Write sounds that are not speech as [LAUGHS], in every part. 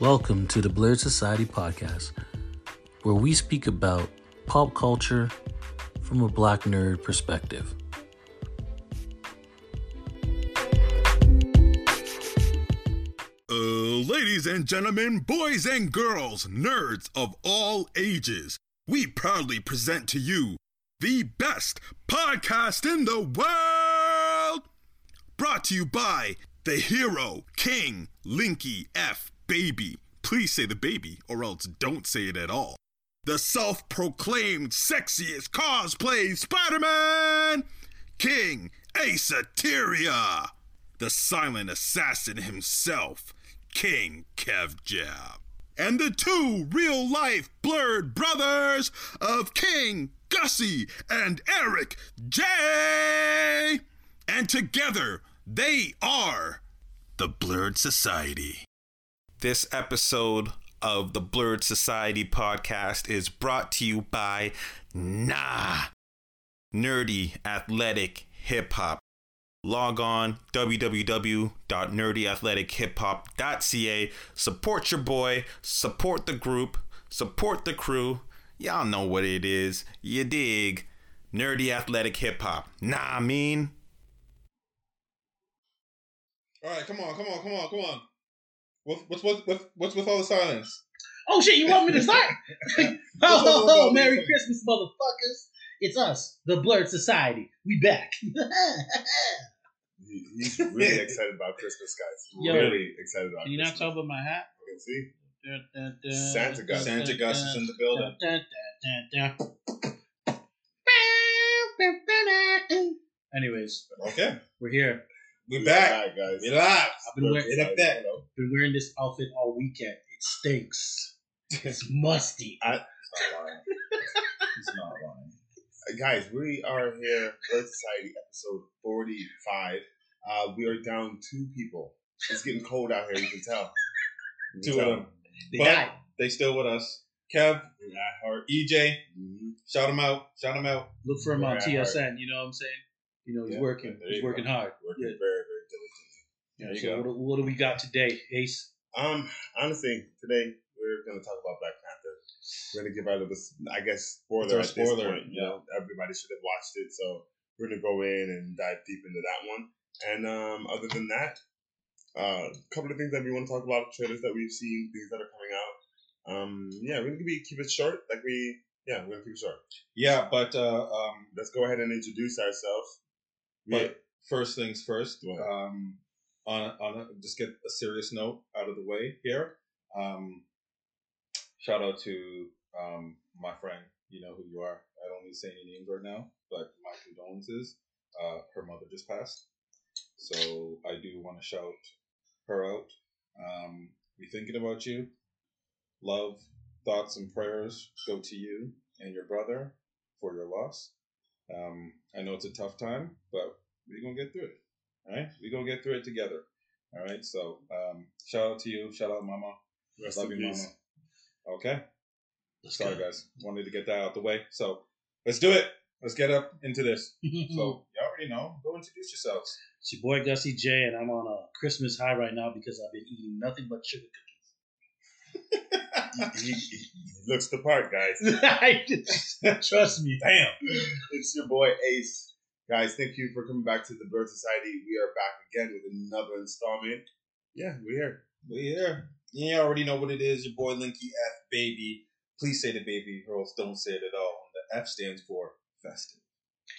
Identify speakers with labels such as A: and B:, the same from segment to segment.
A: Welcome to the Blurred Society podcast, where we speak about pop culture from a black nerd perspective.
B: Uh, ladies and gentlemen, boys and girls, nerds of all ages, we proudly present to you the best podcast in the world! Brought to you by the hero, King, Linky F. Baby. Please say the baby, or else don't say it at all. The self proclaimed sexiest cosplay Spider Man, King Asateria the silent assassin himself, King Kev Jab. And the two real life blurred brothers of King Gussie and Eric J. And together they are the Blurred Society.
C: This episode of the Blurred Society podcast is brought to you by Nah, nerdy athletic hip hop. Log on www.nerdyathletichiphop.ca. Support your boy, support the group, support the crew. Y'all know what it is. You dig. Nerdy athletic hip hop. Nah, I mean.
D: All right, come on, come on, come on, come on. What, what's with what's, what's with all the silence?
E: Oh shit, you want
F: [LAUGHS]
E: me to start? ho ho ho, Merry Christmas, motherfuckers. It's us, the Blurred Society. We back. [LAUGHS]
F: He- He's
D: [LAUGHS]
F: really excited about Christmas, guys.
E: Yo.
F: really excited about
E: Can you not
F: Christmas.
E: tell about my hat?
F: You can see?
E: Dun, dun, dun,
F: Santa Gus.
E: dun,
D: Santa
E: dun,
D: Gus is
E: dun,
D: in the building.
E: dun, dun, dun, dun. Anyways,
D: Okay,
E: we're here.
D: we
F: We
D: back.
F: live, guys.
D: We live.
E: I've been wearing
D: In effect.
E: been wearing this outfit all weekend. It stinks. It's
F: [LAUGHS]
E: musty.
F: He's not lying. He's not lying. Uh, Guys, we are here, Blood Society, episode 45. Uh, we are down two people. It's getting cold out here, you can tell. You can
D: Two of
F: tell.
D: them.
E: They
D: But
E: died.
D: they still with us. Kev,
F: And I heart.
D: EJ,
F: Mhm.
D: shout them out. Shout them out.
E: Look for him on
F: Yeah,
E: TSN, you know what I'm saying? You know, he's
F: Yeah,
E: working.
F: there you
E: He's
F: go.
E: working hard.
F: Working
E: Yeah.
F: very, very diligently.
E: Yeah,
D: There you
E: so
D: go.
E: What, what do we got today, Ace?
F: Um, honestly, today we're gonna talk about Black Panther. We're gonna give out of this, I guess,
D: It's our
F: spoiler. At
D: spoiler,
F: this point. You know, everybody should have watched it, so we're gonna go in and dive deep into that one. And um, other than that, uh, a couple of things that we want to talk about, trailers that we've seen, things that are coming out. Um, yeah, we're gonna be, keep it short, like we, yeah, we're gonna keep it short.
D: Yeah, but uh, um,
F: Let's go ahead and introduce ourselves.
D: but first things first.
F: What?
D: Um, on a, on a, just get a serious note out of the way here. Um, shout out to um, my friend. You know who you are. I don't need to say any names right now, but my condolences. Uh, her mother just passed, so I do want to shout her out. Um, we thinking about you. Love, thoughts, and prayers go to you and your brother for your loss. Um, I know it's a tough time, but we're gonna get through it. All right, we're gonna get through it together. All right, so um, shout out to you, shout out, Mama.
F: Rest
D: Love
F: in
D: you,
F: peace.
D: Mama. Okay,
E: Let's
D: sorry guys, wanted to get that out the way. So let's do it. Let's get up into this. [LAUGHS]
F: Hmm.
D: So y'all already know. Go introduce yourselves.
E: It's your boy Gussie J, and I'm on a Christmas high right now because I've been eating nothing but sugar
F: [LAUGHS]
E: [LAUGHS]
F: he, he- he looks the part, guys.
E: cookies. Trust me.
F: Damn. It's your boy Ace. Guys, thank you for coming back to the Bird Society. We are back again with another installment. Yeah, we're here.
D: We here. You already know what it is. Your boy Linky F baby. Please say the baby, or else don't say it at all. The F stands for festive.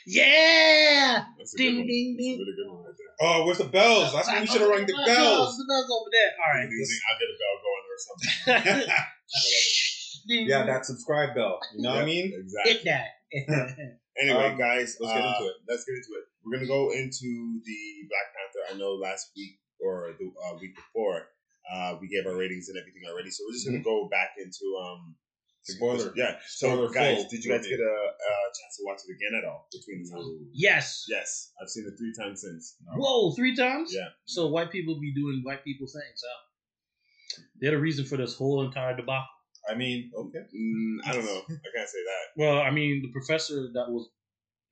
E: Yeah!
F: That's a good
E: Ding,
F: one.
E: ding,
F: That's a
E: ding.
F: really good one right there.
D: Oh, where's the bells? That's when we should have
E: [LAUGHS]
D: rung the bells.
E: The bells over there. All
D: [LAUGHS]
E: right.
F: You think I'll get a bell going or
E: [LAUGHS]
F: something. [LAUGHS]
D: [LAUGHS]
E: Ding.
D: Yeah, that subscribe bell. You know what I
F: Yeah,
D: mean?
F: Exactly.
E: Hit that. [LAUGHS]
F: Anyway,
D: Um,
F: guys,
D: let's get into
F: it. Let's get into it. We're gonna go into the Black Panther. I know last week or the uh, week before, uh, we gave our ratings and everything already, so we're just
D: Mm-hmm.
F: gonna go back into um.
D: Spoiler.
F: Yeah. So,
D: Spoiler
F: guys,
D: full.
F: did you guys get a, a chance to watch it again at all between the time?
E: yes.
F: Yes, I've seen it three times since.
E: Whoa, three times?
F: Yeah.
E: So white people be doing white people things, huh? They're the reason for this whole entire debacle.
D: I mean, okay.
F: Mm, I don't know. I can't say that.
E: Well, I mean, the professor that was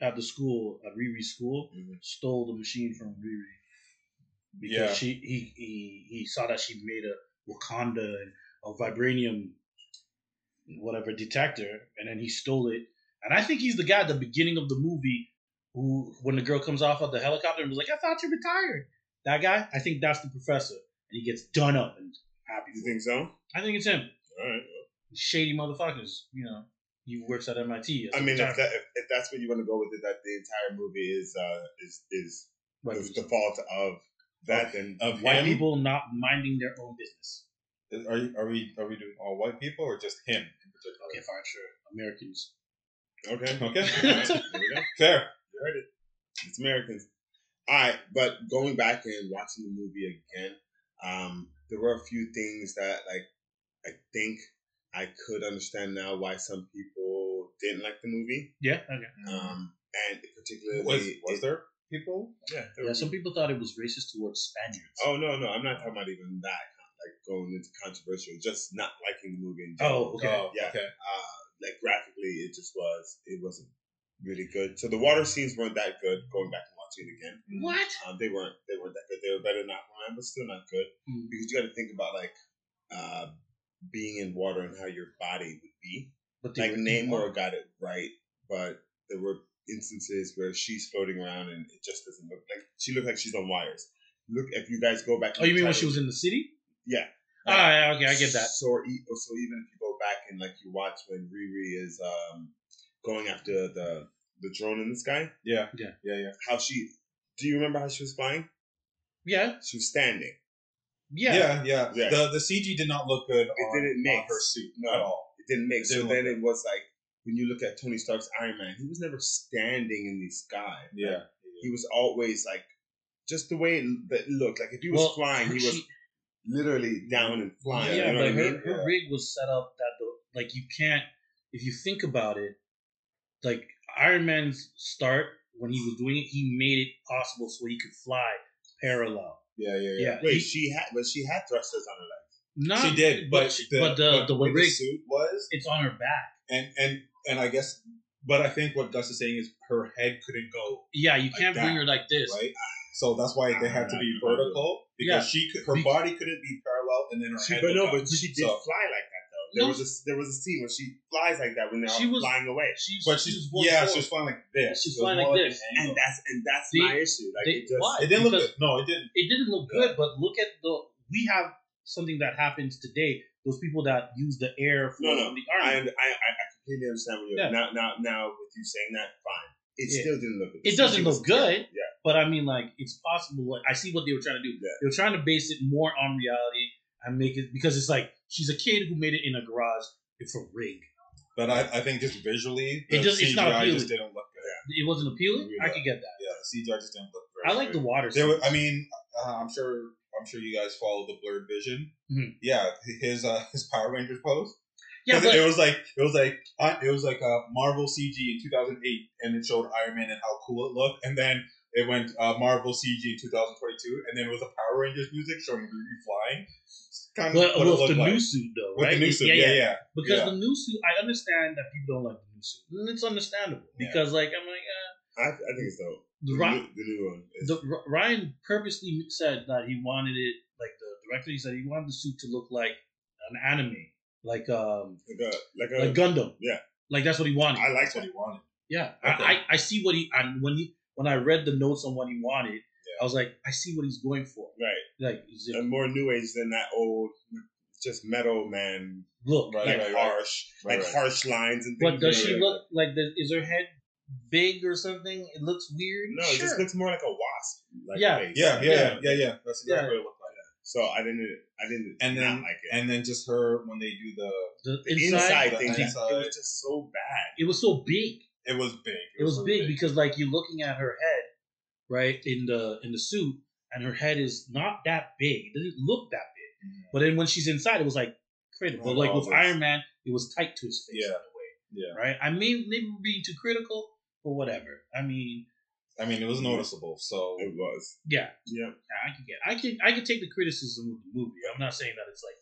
E: at the school, at Riri's school,
F: Mhm.
E: stole the machine from Riri because
D: Yeah.
E: she he, he he saw that she made a Wakanda and a vibranium, whatever detector, and then he stole it. And I think he's the guy at the beginning of the movie who, when the girl comes off of the helicopter and was like, "I thought you retired." That guy, I think that's the professor, and he gets done up and happy.
F: You think so?
E: I think it's him.
F: All right.
E: Shady motherfuckers, you know. He works at MIT.
F: I mean, if, that, if, if that's what you want to go with it, that the entire movie is uh, is is
E: Right.
F: the, the fault of that, then
D: Of
E: white
D: him?
E: people not minding their own business.
D: Is- Are, you- are we are we doing all white people or just him in particular?
E: Okay, fine, sure. Americans.
D: Okay.
F: okay, All right, there we go.
D: Fair.
F: You heard it. It's Americans. All right, but going back and watching the movie again, um, there were a few things that like I think I could understand now why some people didn't like the movie.
E: Yeah. Okay.
F: Um, and particularly
D: Was, was
F: it-
D: there people?
F: Yeah, there
E: Yeah.
F: were-
E: Some people thought it was racist towards Spaniards.
F: Oh no, no, I'm not talking about even that. Like going into controversial, just not liking the movie. In general.
E: Oh, okay.
D: Oh,
F: Yeah.
D: okay.
F: uh, like graphically, it just was. It wasn't really good. So the water scenes weren't that good. Going back and watching it again,
E: Mm-hmm. What?
F: um, they weren't. They weren't that good. They were better than Aquaman, but still not good
E: Mm.
F: because you got to think about like uh, being in water and how your body would be.
E: But they
F: Like
E: were-
F: Namor got it right, but there were instances where she's floating around and it just doesn't look like she looked like she's on wires. Look, if you guys go back,
E: Oh, you mean when she
F: try to-
E: was in the city?
F: yeah.
E: Ah, yeah, okay, I get that.
F: So, e- so even if you go back and like you watch when Riri is um, going after the the drone in the sky,
D: Yeah.
E: Yeah.
D: Yeah. Yeah.
F: how she do you remember how she was flying?
E: Yeah,
F: She was standing.
E: yeah.
D: Yeah, yeah.
F: Yeah.
D: The the CG did not look good on,
F: didn't
D: on
F: mix.
D: her suit
F: No.
D: at all.
F: It didn't make.
D: It
F: so
D: didn't
F: then
D: look
F: it was like when you look at Tony Stark's Iron Man, he was never standing in the sky.
D: Yeah.
F: He was always like just the way it- that it looked. Like if he was
E: Well,
F: flying, he was
E: she-
F: literally down and
E: yeah,
F: flying. you know
E: but
F: what I
E: her,
F: mean?
E: her rig was set up that the like you can't if you think about it, like Iron Man's start when he was doing it, he made it possible so he could fly parallel.
D: Yeah, yeah, yeah.
E: Yeah,
F: Wait,
E: he-
F: she had, but she had thrusters on her legs.
E: not,
D: She did, but the,
E: but the the,
D: way the
E: rig,
D: suit was,
E: it's on her back.
D: and and and I guess, but I think what Gus is saying is her head couldn't go
E: Yeah, you can't
D: that,
E: bring her like this.
D: right, so that's why they
F: Ah,
D: had to be vertical because she could, her
E: Be-
D: body couldn't be parallel, and then her
F: She,
D: head.
F: but
D: would
F: no,
D: go.
F: but she did
D: So-
F: fly like that though. There
E: No.
F: was a there was a scene where she flies like that when they're
E: She
F: all
E: was-
F: flying away,
E: She's,
D: but she,
E: she's
D: yeah,
E: forward.
D: she was flying like this.
E: She's
D: It was
E: flying like
D: more
E: this.
D: an
F: and
D: angle.
F: that's and that's
E: They-
F: my issue. Like
E: they-
F: it just
E: why?
D: it didn't look
E: because-
D: good. No, it didn't.
E: it didn't look
D: Yeah.
E: good, but look at the we have something that happens today. Those people that use the air for
F: No, no,
E: the
F: I,
E: army.
F: I I I completely understand what you're
E: Yeah.
F: now now now with you saying that. Fine, it
E: Yeah.
F: still didn't look. good.
E: It doesn't
F: She
E: look
F: was
E: good.
F: terrible. Yeah,
E: But I mean, like it's possible. Like, I see what they were trying to do.
F: Yeah.
E: They were trying to base it more on reality and make it because it's like she's a kid who made it in a garage. It's a rig.
D: But I, I think just visually, the
E: It just- it's
D: CGI
E: not appealing.
D: just didn't look good.
E: It wasn't appealing.
F: Yeah.
E: I could get that.
D: Yeah, the CGI just didn't look.
E: I
D: very
E: like
D: good.
E: the water.
D: There were,
E: scenes.
D: I mean, uh, I'm sure. I'm sure you guys follow the blurred vision.
E: Mhm.
D: Yeah, his uh, his Power Rangers pose.
E: yeah,
D: 'Cause
E: but
D: it was like it was like uh, it was like a Marvel CG in 2008, and it showed Iron Man and how cool it looked, and then it went uh, Marvel CG in 2022, and then it was the Power Rangers music showing Ruby flying. It's Kind of
E: but
D: what it
E: with
D: looked
E: the
D: like.
E: new suit though,
D: with
E: right?
D: the new suit, yeah, yeah.
E: Because
D: Yeah.
E: the new suit, I understand that people don't like the new suit. And It's understandable
D: Yeah.
E: because like I'm like uh,
F: I, I think it's dope.
E: the
F: The,
E: rock.
F: new, the new one. Is,
E: the, R- Ryan purposely said that he wanted it like the director. He said he wanted the suit to look like an anime, like um,
F: like a like a.
E: like Gundam.
F: yeah.
E: like that's what he wanted.
F: I like
D: That's what he
F: that.
D: wanted.
E: yeah,
D: Okay.
E: I, I I see what he and when he when I read the notes on what he wanted, I was like, I see what he's going for.
F: Right,
E: Like, is it,
F: and more new age than that old, just metal man,
E: look,
D: Right,
F: like
D: right, right.
F: harsh,
D: Right,
F: like
D: right.
F: harsh lines and
E: but
F: things.
E: does she
F: like
E: look like? The, is her head big or something? It looks weird.
F: No, it just looks more like a wasp. Like
E: Yeah.
F: face.
D: Yeah, yeah, yeah, yeah, yeah. That's exactly
E: Yeah.
D: what it looked like.
F: So I didn't, I didn't
D: And
F: not
D: then-
F: like it.
D: And then just her when they do the,
E: the
F: the
E: inside,
F: inside,
D: the
F: thing, just-
D: inside.
F: it was just so bad.
E: It was so big.
D: it was big.
E: it was
D: really
E: big because like you're looking at her head right in the in the suit and her head is not that big it didn't look that big
D: Mhm.
E: but then when she's inside it was like critical
D: Like
E: like
D: all
E: with
D: this.
E: iron man it was tight to his face
D: Yeah.
E: in a
D: Yeah,
E: way right i mean maybe we're being too critical but whatever i mean
D: I mean, it was noticeable. So
F: It was.
E: yeah
F: Yeah.
E: i can get i can i can take the criticism of the movie i'm not saying that it's like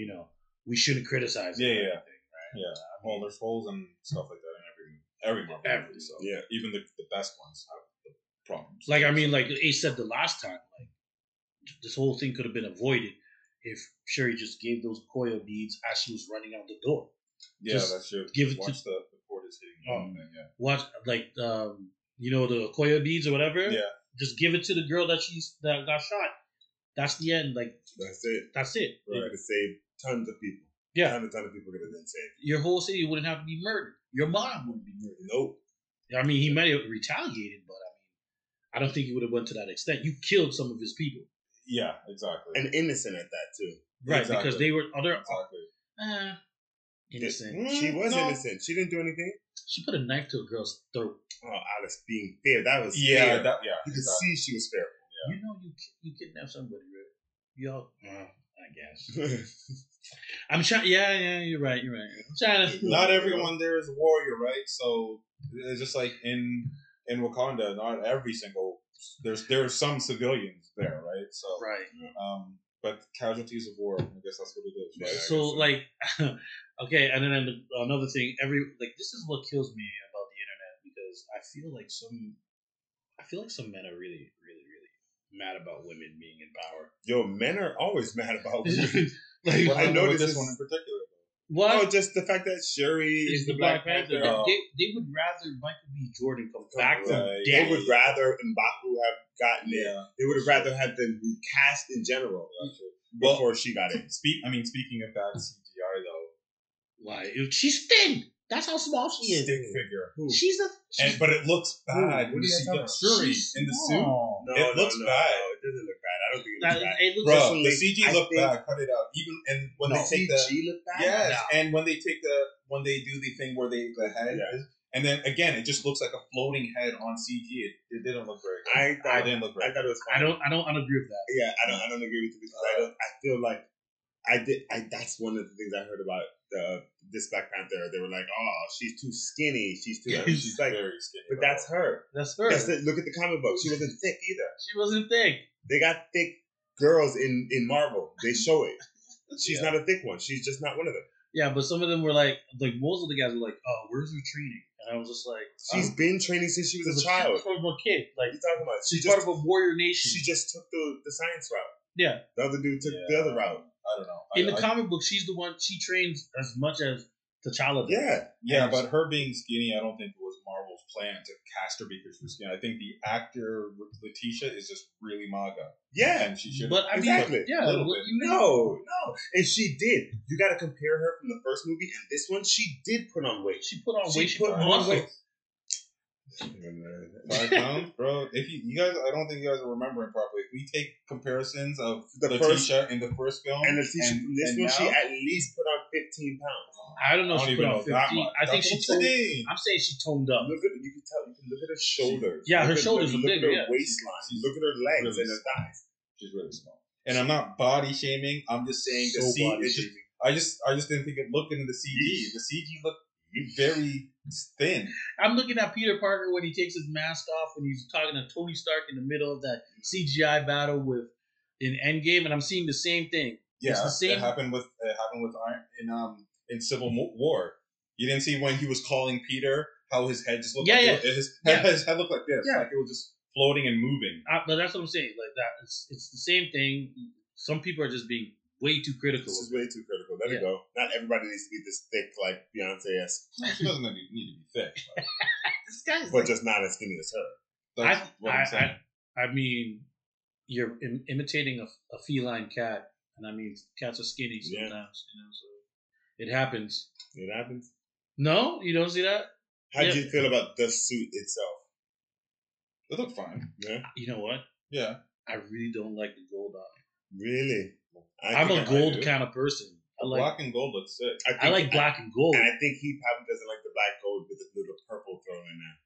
E: you know we shouldn't criticize it
D: Yeah,
E: or
D: yeah.
E: anything,
D: Yeah, well, there's holes and stuff like that in every every Marvel
E: Every-
D: movie. So
F: yeah.
D: even the, the best ones have the problems.
E: Like I mean, like Ace said the last time, like this whole thing could have been avoided if Sherry just gave those coil beads as she was running out the door.
D: Yeah,
E: Just
D: that's true.
E: give it
D: Watch the, the cord is hitting.
E: Oh.
D: the thing, yeah.
E: Watch like um, you know the coil beads or whatever.
D: Yeah.
E: Just give it to the girl that she's that got shot. That's the end. Like
F: That's it.
E: that's it.
F: Right. It could save tons of people.
E: Yeah.
F: Tons and tons of people could have been saved.
E: Your whole city wouldn't have to be murdered. Your mom wouldn't be murdered.
F: Nope.
E: I mean, he might have retaliated, but I mean, I don't think he would have went to that extent. You killed some of his people,
D: Yeah, exactly.
F: And innocent at that too.
E: right?
D: Exactly.
E: Because they were other
D: exactly.
E: uh, innocent.
F: She was
E: Mm, No.
F: innocent. She didn't do anything.
E: She put a knife to a girl's throat.
F: Oh, out of being fair. That was
D: Yeah,
F: fair.
D: that, yeah.
F: you could
D: exactly.
F: see she was fair.
E: You know, you ki- you kidnap somebody, right? Y'all, uh, I guess.
D: [LAUGHS]
E: I'm trying. Yeah, yeah, you're right. You're right. I'm trying to.
D: not everyone there is a warrior, right? So it's just like in in Wakanda, not every single there's there are some civilians there, right? So
E: Right.
D: um but casualties of war, I guess that's what it is. Right? I
E: so
D: guess
E: like [LAUGHS] okay and then the- another thing every like this is what kills me about the internet because i feel like some i feel like some men are really really really mad about women being in power
F: Yo, men are always mad
D: [LAUGHS]
F: about women.
E: like
D: Well, I
F: I
D: know
F: noticed
D: this
F: this-
D: one in particular.
E: what
F: Oh, just the fact that Shuri
E: is the black, panther,
D: Panther?
E: They, they would rather michael b jordan come back
D: Right.
E: from
F: Uh, They
E: death
F: would rather Mbaku have gotten it. They would have rather had them recast in general
D: that's true. Well-
F: before she got [LAUGHS] it.
D: Speak I mean speaking of that CGI though,
E: why if she's thin that's how small she is
D: stick figure.
E: she's a she's
D: And but it looks bad
F: what
D: when you
F: are you
D: see
F: talking
D: the Shuri in the suit.
E: small.
F: No,
D: It looks
F: no, no,
D: bad.
F: No, it doesn't look bad. I don't think it
E: That-
F: looks bad.
E: it looks
D: Bro,
E: like-
D: the CG
F: I
D: look
F: think-
D: bad. Cut it out. Even and when
F: No,
D: they take the
F: CG look bad.
D: Yes,
E: No.
D: and when they take the when they do the thing where they the head,
F: Yeah.
D: and then again it just looks like a floating head on CG. It, it didn't look very. Good.
F: I
D: I,
F: thought,
D: didn't look
F: I
D: very.
F: thought it was fine.
E: i don't i don't i don't agree with that
F: Yeah, I don't. I don't agree with you because I don't. I feel like I did. I that's one of the things I heard about the this Black Panther. They were like, "Oh, she's too skinny. She's too."
D: good.
F: [LAUGHS] she's like,
D: very skinny.
F: but
D: though.
F: that's her.
E: that's her
F: That's it. Look at the comic book. She wasn't thick either.
E: she wasn't thick
F: They got thick girls in in Marvel. They show it. She's
D: Yeah.
F: not a thick one. She's just not one of them.
E: Yeah, but some of them were like, like most of the guys were like, "Oh, where's your training?" And I was just like,
F: She's
E: "I'm-
F: been training since she was
E: I'm
F: a child.
E: from a kid. Like
F: You talking about? She
E: she's part
F: just
E: of a warrior nation."
F: she just took the the science route.
E: yeah,
F: The other dude took the
D: Yeah.
F: other route.
D: I don't know. I-
E: in the
D: I-
E: comic book, she's the one. She trains as much as T'Challa. Does.
F: Yeah,
D: yeah, but her being skinny, I don't think it was Marvel's plan to cast her because she was skinny. I think the actor Letitia is just really MAGA,
F: yeah.
D: and she should.
E: but I mean,
F: Exactly.
E: yeah,
D: A little
E: what-
D: bit.
E: you know,
F: No, no. And she did. You got to compare her from the first movie and this one. She did put on weight.
E: she put on
F: She
E: weight. She
F: put
E: put
F: on
E: on
F: weight.
E: weight.
F: [LAUGHS]
D: Five pounds, bro. If you, you guys, I don't think you guys are remembering properly. If we take comparisons of
F: The first-
D: Letitia in the first film
F: And the teacher from this
D: and
F: one, she
D: now-
F: at least put on 15 pounds.
E: I don't know.
D: I
E: if
D: don't
E: she put
D: even
E: on
D: know that
E: fifteen.
D: much.
E: I think
D: That's
E: she.
D: what's the
E: Toned,
D: name?
E: I'm saying she toned up.
F: Look at you can tell you can look at her shoulders.
E: yeah, her
F: Look at-
E: shoulders are
F: look, look
E: big,
F: at her
E: yeah.
F: waistline. Look at her legs and her thighs.
D: She's really small. And I'm not body shaming. I'm just saying the
F: So
D: C.
F: body
D: It just,
F: shaming.
D: I just I just didn't think it looked into the CG. The CG looked very thin.
E: I'm looking at Peter Parker when he takes his mask off when he's talking to Tony Stark in the middle of that CGI battle with in Endgame, and I'm seeing the same thing.
D: Yeah,
E: the same-
D: it happened with it happened with Iron in um in Civil Mo- War. You didn't see when he was calling Peter how his head just looked.
E: Yeah,
D: like
E: yeah.
D: It, his, head,
E: Yeah.
D: his head [LAUGHS] looked like this.
E: Yeah.
D: like it was just floating and moving.
E: I, but that's what I'm saying. Like that, it's it's the same thing. Some people are just being way too critical.
F: This is way too critical. Let
E: Yeah.
F: it go. Not everybody needs to be this thick like Beyonce esque,
E: [LAUGHS]
D: She doesn't need need to be thick. but
E: This guy's
F: but just not as skinny as her.
D: That's
E: I-
D: what I'm
E: I-
D: saying.
E: I mean, you're Im- imitating a, a feline cat, and I mean, cats are skinny
F: Yeah.
E: sometimes. You know, so it happens.
F: It happens.
E: No, you don't see that.
F: How do
E: Yeah.
F: you feel about the suit itself?
D: it looked fine.
F: Yeah,
E: You know what?
D: Yeah,
E: I really don't like the gold eye.
F: really. I
E: I'm
F: think
E: a
F: I-
E: gold
D: do.
E: kind of person. I like
D: black and gold looks sick.
F: I, think,
E: I like black and gold.
F: And I think he probably doesn't like the black gold with the little purple thrown in there.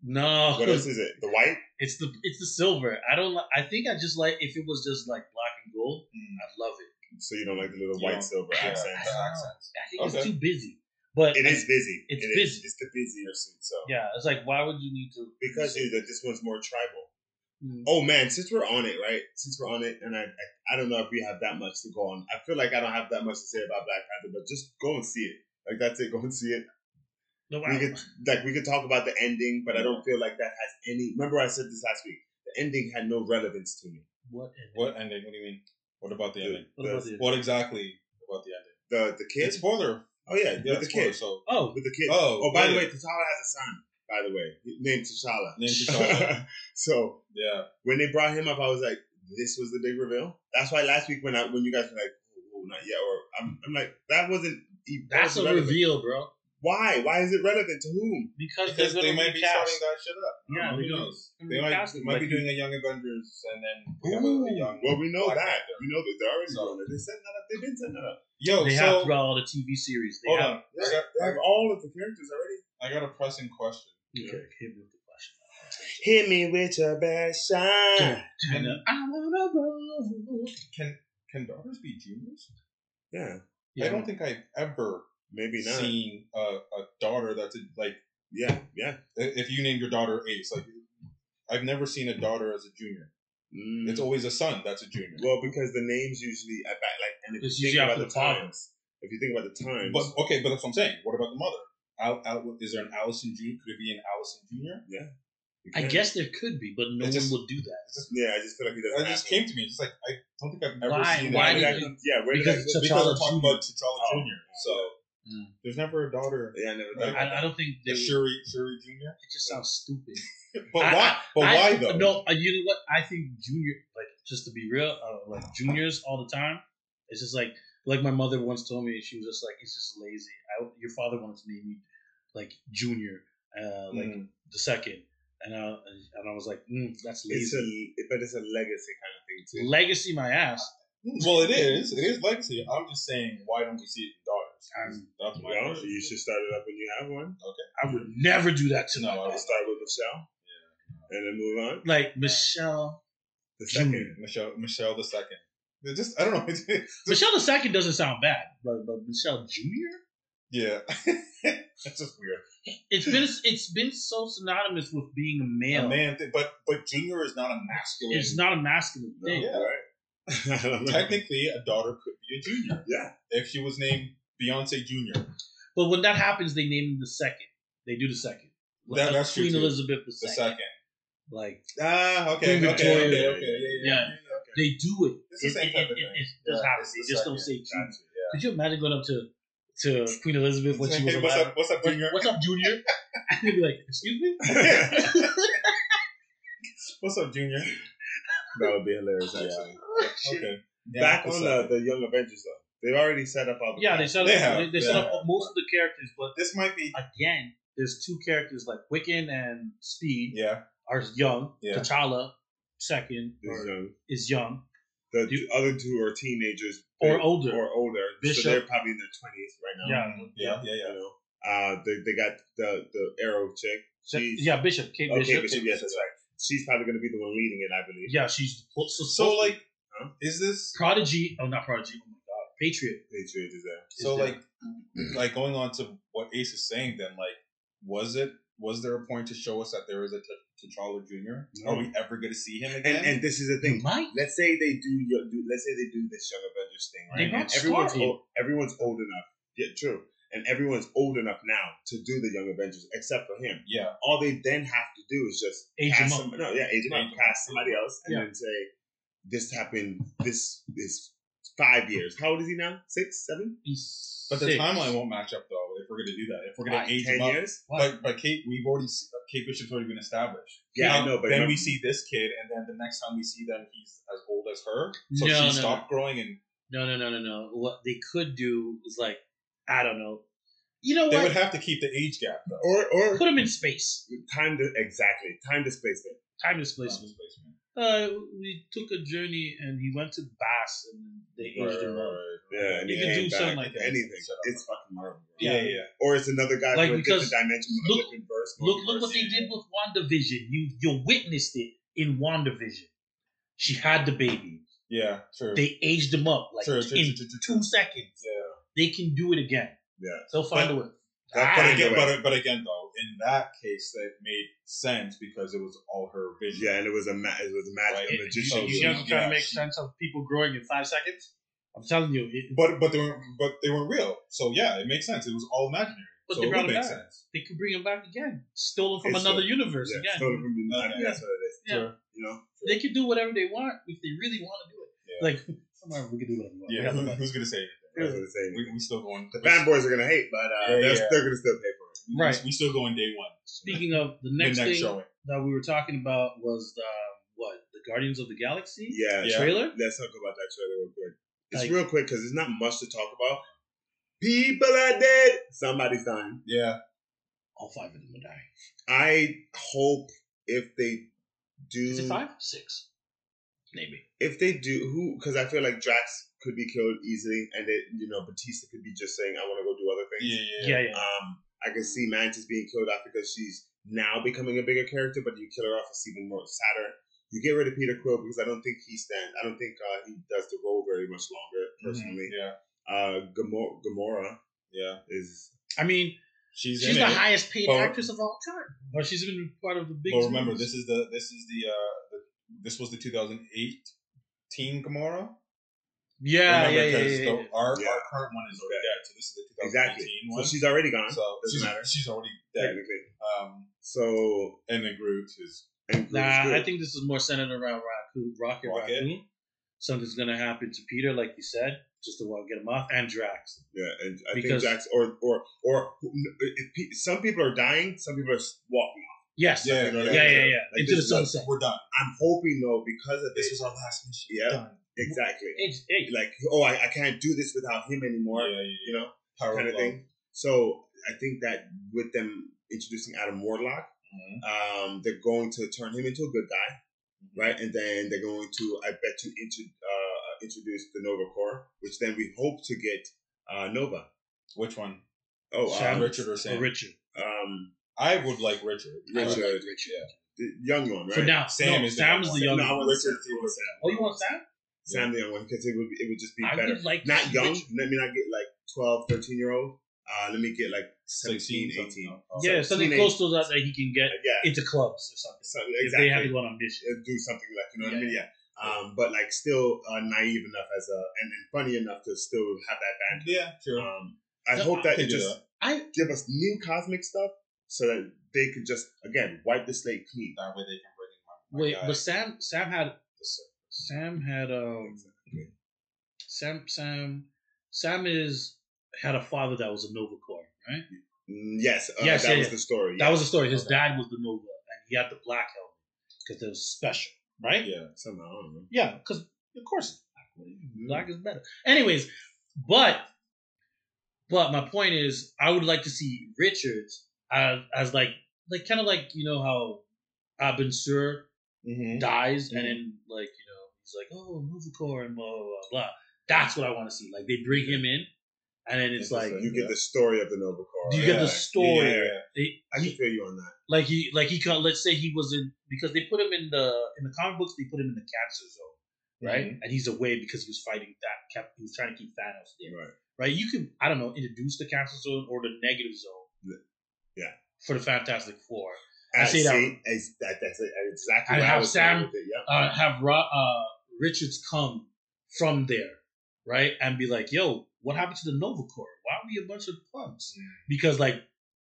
E: No,
F: What else is it? The white?
E: [LAUGHS] it's the it's the silver. I don't. Li- I think I just like if it was just like black and gold,
D: Mm.
E: I'd love it.
F: So you don't like the little
D: You don't-
F: white silver
D: Yeah,
F: accent.
D: the accents.
E: I think it's
D: Okay.
E: too busy. But
F: It is busy.
E: It's
F: It is-
E: busy.
F: It's the busier suit, so.
E: Yeah, it's like why would you need to?
F: Because dude, that this one's more tribal.
E: Mm.
F: Oh man, since we're on it, right? Since we're on it, and I, I, I don't know if we have that much to go on. I feel like I don't have that much to say about Black Panther, but just go and see it. Like that's it. Go and see it.
E: No,
F: We
E: I-
F: could like we could talk about the ending, but I don't feel like that has any. Remember, I said this last week. The ending had no relevance to me.
E: what? in-
D: What ending? What do you mean? What about the
F: The-
D: ending?
E: What about the
D: What exactly about the ending?
F: The the kid.
D: It's spoiler.
F: oh yeah,
D: Yeah,
F: with the
D: spoiler,
F: kid.
D: So
E: Oh,
F: With the kid.
D: Oh,
F: Oh, by the
D: yeah.
F: way, T'Challa has a son. By the way, named T'Challa. [LAUGHS]
D: Named T'Challa.
F: so
D: yeah,
F: when they brought him up, I was like, this was the big reveal. That's why last week when I when you guys were like, oh, not yet, or I'm, I'm like, that wasn't. e, that
E: that's a
F: wasn't relevant.
E: reveal, bro.
F: Why? Why is it relevant to whom?
E: Because
D: because
E: they're gonna
D: they might be starting
E: recast.
D: that shit up.
E: Yeah,
D: Um, who
E: they're gonna-
D: knows?
E: they're
D: They might,
E: recasting,
D: they might be
E: like-
D: doing a Young Avengers, and then we have a, a young.
F: well, we know
D: Black
F: that.
D: Panther.
F: We know that they're already
D: So-
F: doing it. They set that up. They've been setting that up.
D: Yo,
E: They have
D: Oh, so
E: throughout all the TV series. They
D: hold
E: have,
D: on.
F: They
D: I got, I
F: have all of the characters already.
D: I got a pressing question.
E: Okay, hit me with the
D: [LAUGHS]
E: question.
F: Hit me with your best shot.
D: Can,
E: I wanna roll.
D: can can daughters be juniors?
F: Yeah,
E: Yeah.
D: I don't think I've ever
F: maybe not.
D: seen a, a daughter that's a, like
F: Yeah, yeah.
D: i- if you named your daughter Ace, like I've never seen a daughter as a junior.
F: Mm.
D: It's always a son that's a junior.
F: well because the names usually at back like and if
E: It's
F: you
E: usually
F: think
E: after
F: about the
E: the time.
F: times, if you think about the times,
D: But okay, but that's what I'm saying. What about the mother? Al, Al, is there an Allison Junior? Could it be an Allison Junior?
F: you
E: I
F: can't-
E: guess there could be, but no
D: It just-
E: one will do that
F: yeah, I just feel like he doesn't.
D: It just
F: have
D: came
F: it.
D: to me. It's like I don't think I've ever
E: Why-
D: seen
E: why
F: Where
D: that.
E: did
F: did that
E: it-
F: come- yeah, where
E: because
F: did
E: it's
F: that,
E: a-
D: because we're
E: T'Challa
D: talking
E: Junior.
D: about T'Challa
F: Oh.
D: Junior. So
E: Mm.
D: there's never a daughter.
F: yeah, I never
D: Like,
F: thought about
E: I, I don't think they.
D: a
E: Sure.
D: Shuri Shuri Junior.
E: It just sounds stupid.
D: But
E: I-
D: why? but
E: I-
D: why though?
E: No, uh, you know what? I think junior, like just to be real, uh, like juniors all the time. It's just like like my mother once told me she was just like it's just lazy. I, your father wanted to name me like junior, uh, like
D: Mm.
E: the second, and I and I was like mm, that's
F: It's
E: lazy.
F: a, but it's a legacy kind of thing too.
E: Legacy my ass.
D: Mm, Well, it is. It is legacy. I'm just saying, why don't we see it in daughters?
E: Um,
D: That's my
F: Well,
D: question.
F: you should start it up when you have one.
E: I would never do that to
D: No,
E: my
D: I
E: daughter.
D: would-
F: Start with Michelle, and then move on.
E: Like Michelle,
D: [LAUGHS]
F: The second,
E: Junior.
D: Michelle Michelle the second. They're just I don't know. [LAUGHS] It's- it's-
E: Michelle the second doesn't sound bad, but but Michelle Junior.
D: yeah, [LAUGHS] that's just weird.
E: It's been it's been so synonymous with being a male.
D: A man, thi- but but junior is not a masculine.
E: It's not a masculine
F: No,
E: thing.
D: Yeah.
F: right? [LAUGHS] I don't know.
D: Technically, a daughter could be a junior.
F: Yeah.
D: if she was named Beyonce Junior,
E: But when that happens, they name him the second. They do the second.
D: That-
E: Like
D: that's true,
E: Queen
D: too.
E: Elizabeth II.
D: the second.
E: Like
D: Ah, okay,
E: Queen
D: okay, okay,
E: Victoria.
D: okay, yeah, yeah.
E: Yeah. they do it.
D: It's the same
E: it,
D: type of
E: it,
D: thing.
E: it just
D: Yeah,
E: happens.
D: it's the
E: They just don't say
D: second.
E: Junior.
D: yeah.
E: Could you imagine going up to
D: [LAUGHS]
E: to Queen Elizabeth when she was
D: Hey, what's
E: alive?
D: up? What's up,
E: Like,
D: Junior? [LAUGHS]
E: What's up, Junior? [LAUGHS] And they'd be like, "Excuse me."
F: [LAUGHS]
D: What's up, Junior?
F: that would be hilarious. Actually,
D: Okay. Yeah,
F: back
D: the
F: on
D: second.
F: the, the Young Avengers though, they've already set up all the
E: Yeah, they set up.
D: They
E: They,
D: have,
E: they
D: they
E: set
D: have.
E: up most of the characters, but
D: This might be.
E: again, there's two characters like Wiccan and Speed
D: Yeah.
E: are young.
D: Yeah.
E: T'Challa second
F: This is
E: or,
F: young.
E: is young
F: The the other two are teenagers
E: or older.
F: or older.
E: Bishop.
F: So they're probably in their twenties right now.
E: yeah,
D: Yeah. Yeah.
F: You
D: Yeah.
F: know, uh, they, they got the the arrow chick.
E: Se-
F: She's,
E: yeah, Bishop, Kate
F: okay,
E: Bishop.
F: Bishop. Yes, that's right. She's probably going to be the one leading it, I believe.
E: Yeah, she's so,
D: So like,
F: Huh?
D: is this
E: prodigy. Oh, not prodigy. Oh my god, Patriot.
F: Patriot is there.
D: so
E: Is there-
D: like, like going on to what Ace is saying? Then like, was it was there a point to show us that there is a T- T'Challa Junior?
F: No.
D: Are we ever going to see him again?
F: And, and this is the thing.
E: Mike.
F: Let's say they do. yo- do- Let's say they do this Young Avengers thing,
E: They
F: right?
E: got
F: And everyone's
E: started.
F: old, everyone's old enough. Yeah, true. And everyone's old enough now to do the Young Avengers, except for him.
D: yeah.
F: All they then have to do is just
E: Age
F: cast
E: him up.
F: some- no, yeah, age him
D: Age him
F: up, cast somebody else, and
E: Yeah.
F: then say, "This happened. This is five years. How old is he now? Six, seven?
E: He's
D: But the
E: six.
D: timeline won't match up though. If we're going to do that, if we're going
E: Why?
D: to age
F: Ten
D: him up.
F: years?
E: Why?
D: But but Kate, we've already s- uh, Kate Bishop's already been established.
F: Yeah,
D: Now,
F: I know. But
D: then
F: remember-
D: we see this kid, and then the next time we see them, he's as old as her. So
E: No,
D: she
E: no,
D: stopped growing, and
E: no, no, no, no, no. What they could do is like, I don't know. You know
D: they
E: what?
D: would have to keep the age gap though.
F: or or
E: Put him in space.
F: time to exactly time displacement.
E: Time
D: Uh-huh.
E: displacement.
D: Displacement.
E: Uh, we took a journey and he went to Bass and they aged him up.
F: Yeah, and
E: You
F: he
E: can
F: came
E: do
F: back.
E: something like that.
F: Anything.
D: Shut up.
F: It's fucking Marvel. bro.
D: Yeah, yeah.
F: Or it's another guy
E: Like,
F: from a
E: because
F: different dimension, from
E: look-
F: a different verse.
E: Look,
F: multiverse.
E: look what they did with WandaVision. You you witnessed it in WandaVision. She had the baby.
D: yeah, yeah. True.
E: They aged him up like
D: True, true,
E: in
D: true, true,
E: two seconds.
D: yeah.
E: They can do it again.
F: Yeah.
E: They'll find a way.
F: That-
E: Ah,
D: But
F: Either
D: again,
F: way.
D: but, but again, though, in that case, that made sense because it was all her vision.
F: Yeah, and it was a ma- it was a magic
D: Right.
F: a
E: you
F: magician.
D: so
E: you
D: you
E: see how I'm
D: know,
E: trying
D: yeah,
E: to make
D: she-
E: sense of people growing in five seconds? I'm telling you, it,
D: But but they were but they weren't real. So yeah, it makes sense. It was all imaginary.
E: But
D: so
E: they
D: it
E: brought
D: would make
E: him back.
D: sense.
E: they could bring him back again, stolen from
F: It's
E: another
F: so-
E: universe
F: yeah,
E: again.
F: stolen from the- I
D: Okay.
F: think that's what it is.
E: Yeah.
F: You know,
E: They can do whatever they want if they really want to do it. Like [LAUGHS] Well, we can do whatever we want. We
D: Yeah,
E: have
D: who-
E: nobody.
D: who's gonna say it?
F: I was gonna say,
D: We, we still going.
F: the fanboys are gonna hate, but uh,
D: Yeah,
F: they're,
D: yeah.
F: they're gonna still pay for it.
D: [LAUGHS] we,
E: Right.
D: We still going day one.
E: Speaking of the next
D: Midnight
E: thing
D: showing.
E: that we were talking about was uh, what the Guardians of the Galaxy
F: Yeah,
D: Yeah.
E: trailer.
F: let's talk about that trailer real quick. It's
E: Like-
F: real quick because there's not much to talk about. People are dead. Somebody's dying.
D: Yeah.
E: All five of them are dying.
F: I hope if they do,
E: Is it five? Six? Maybe.
F: if they do, who? Because I feel like Drax could be killed easily, and it, you know, Batista could be just saying, "I want to go do other things."
D: Yeah. Yeah.
E: Yeah, yeah.
F: Um, I can see Mantis being killed off because she's now becoming a bigger character, but you kill her off, it's even more sadder. You get rid of Peter Quill because I don't think he stands. I don't think uh, he does the role very much longer,
E: Mm-hmm.
F: personally.
D: Mm-hmm. Yeah.
F: Uh, Gamora, Gamora
D: Yeah.
F: is
E: I mean,
D: She's,
E: she's
D: in
E: the
D: it.
E: highest paid
D: But-
E: actress of all time, but she's been part of the big.
D: Well, remember this is the this is the uh the, this was the 2018 Gamora.
E: Yeah,
D: remember,
E: yeah, yeah,
D: 'cause
E: yeah, yeah.
D: The, our,
F: Yeah.
D: our current one is already
F: Okay.
D: dead, so this is the 2018
F: exactly. So
D: one.
F: she's already gone.
D: so
F: doesn't
D: she's,
F: matter.
D: she's already dead.
F: Technically.
D: Um,
F: So
D: and then Groot is
F: and Groot is
E: Nah,
F: Groot.
E: I think this is more centered around Raccoon, Rocket,
D: Rocket?
E: Raccoon. Something's gonna happen to Peter, like you said, just to well, get him off, and Drax.
F: Yeah, and I
E: Because-
F: think Drax or or or if pe- some people are dying, some people are s- walking.
E: Yes.
D: Yeah,
E: Yeah,
F: You know what I
E: yeah,
F: mean?
E: yeah, yeah.
F: Like,
E: Into the
F: this is like-
E: sunset.
D: we're done.
F: I'm hoping though because of
D: This
F: this,
D: was our last mission.
F: Yeah.
D: Done.
F: exactly.
E: It's- hey,
F: Like, oh, I, I can't do this without him anymore.
D: Yeah, yeah, yeah.
F: You know,
D: Power
F: kind of
D: of love.
F: thing. So I think that with them introducing Adam Warlock,
D: Mm-hmm.
F: um, they're going to turn him into a good guy, right? And then they're going to, I bet you, intro, uh, introduce the Nova Corps, which then we hope to get uh, Nova.
D: Which one? Uh,
F: Oh,
E: Sam?
F: um,
D: Richard or
E: oh,
D: Sam?
E: Richard.
F: um,
D: I would like Richard. I would
F: Richard.
D: like Yeah.
F: the young one, right?
E: For now,
D: Sam
E: no,
D: is the
E: Sam
D: young
E: is the
D: one.
E: young
F: no, I
E: one.
F: want Richard or Sam.
E: Oh, you want Sam?
F: Sam the young one because it would it would just be
E: I
F: better.
E: would like to
F: Not
E: see
F: young.
E: Richard.
F: Let me not get like 12, 13 year old. Uh, let me get like 17,
D: 16,
F: 18.
D: something. Oh,
E: Yeah, something
F: teenage-
E: close to that that he can get
F: Yeah,
E: into clubs or something.
F: so,
E: If
F: exactly.
E: they have to go on a mission.
F: Uh, do something like you know what I
E: Yeah,
F: mean? Yeah. Um, but like still uh, naive enough as a and, and funny enough to still have that band.
D: Yeah, sure.
E: Uh,
F: Um, I
E: No,
F: hope
D: I
F: that
D: could
F: it
D: do
F: just
D: that.
E: I-
F: give us new cosmic stuff so that they could just again wipe the slate clean.
D: that way they can bring in my, my
E: Wait,
D: guy.
E: but Sam Sam had Sam had um Sam Sam Sam is had a father that was a Nova Corps, right?
F: Mm, Yes, uh,
E: Yes,
F: that
E: yeah,
F: was
E: yeah.
F: the story.
E: That was the story. His dad was the Nova, and he had the black helmet because it was special, right?
D: yeah,
F: somehow. I don't know.
E: Yeah, because of course it's black. Black is better. Anyways, but but my point is, I would like to see Richards as, as like like kind of like you know how Abin Sur
D: mm-hmm.
E: dies and then like you know he's like oh Novacore and blah blah blah. blah. That's what I want to see. Like they bring him in, and then it's like
F: you get the story of the Nova Corps.
E: you
D: yeah.
E: get the story.
F: Yeah, yeah,
E: They-
F: I can
E: he-
F: feel you on that.
E: like he like he cut let's say he was in because they put him in the in the comic books they put him in the cancer zone right
F: Mm-hmm.
E: and he's away because he was fighting that kept he was trying to keep thanos there
F: Right.
E: right you can i don't know introduce the cancer zone or the negative zone
F: Yeah.
E: for the fantastic four I
F: And
E: see that.
F: is- that- that's it, exactly.
E: And
F: where I
E: have
F: was
E: Sam-
F: going with it, yeah.
E: uh, have Ro- uh richards come from there right and be like yo what happened to the nova corps why are we a bunch of punks
D: Mm.
E: because like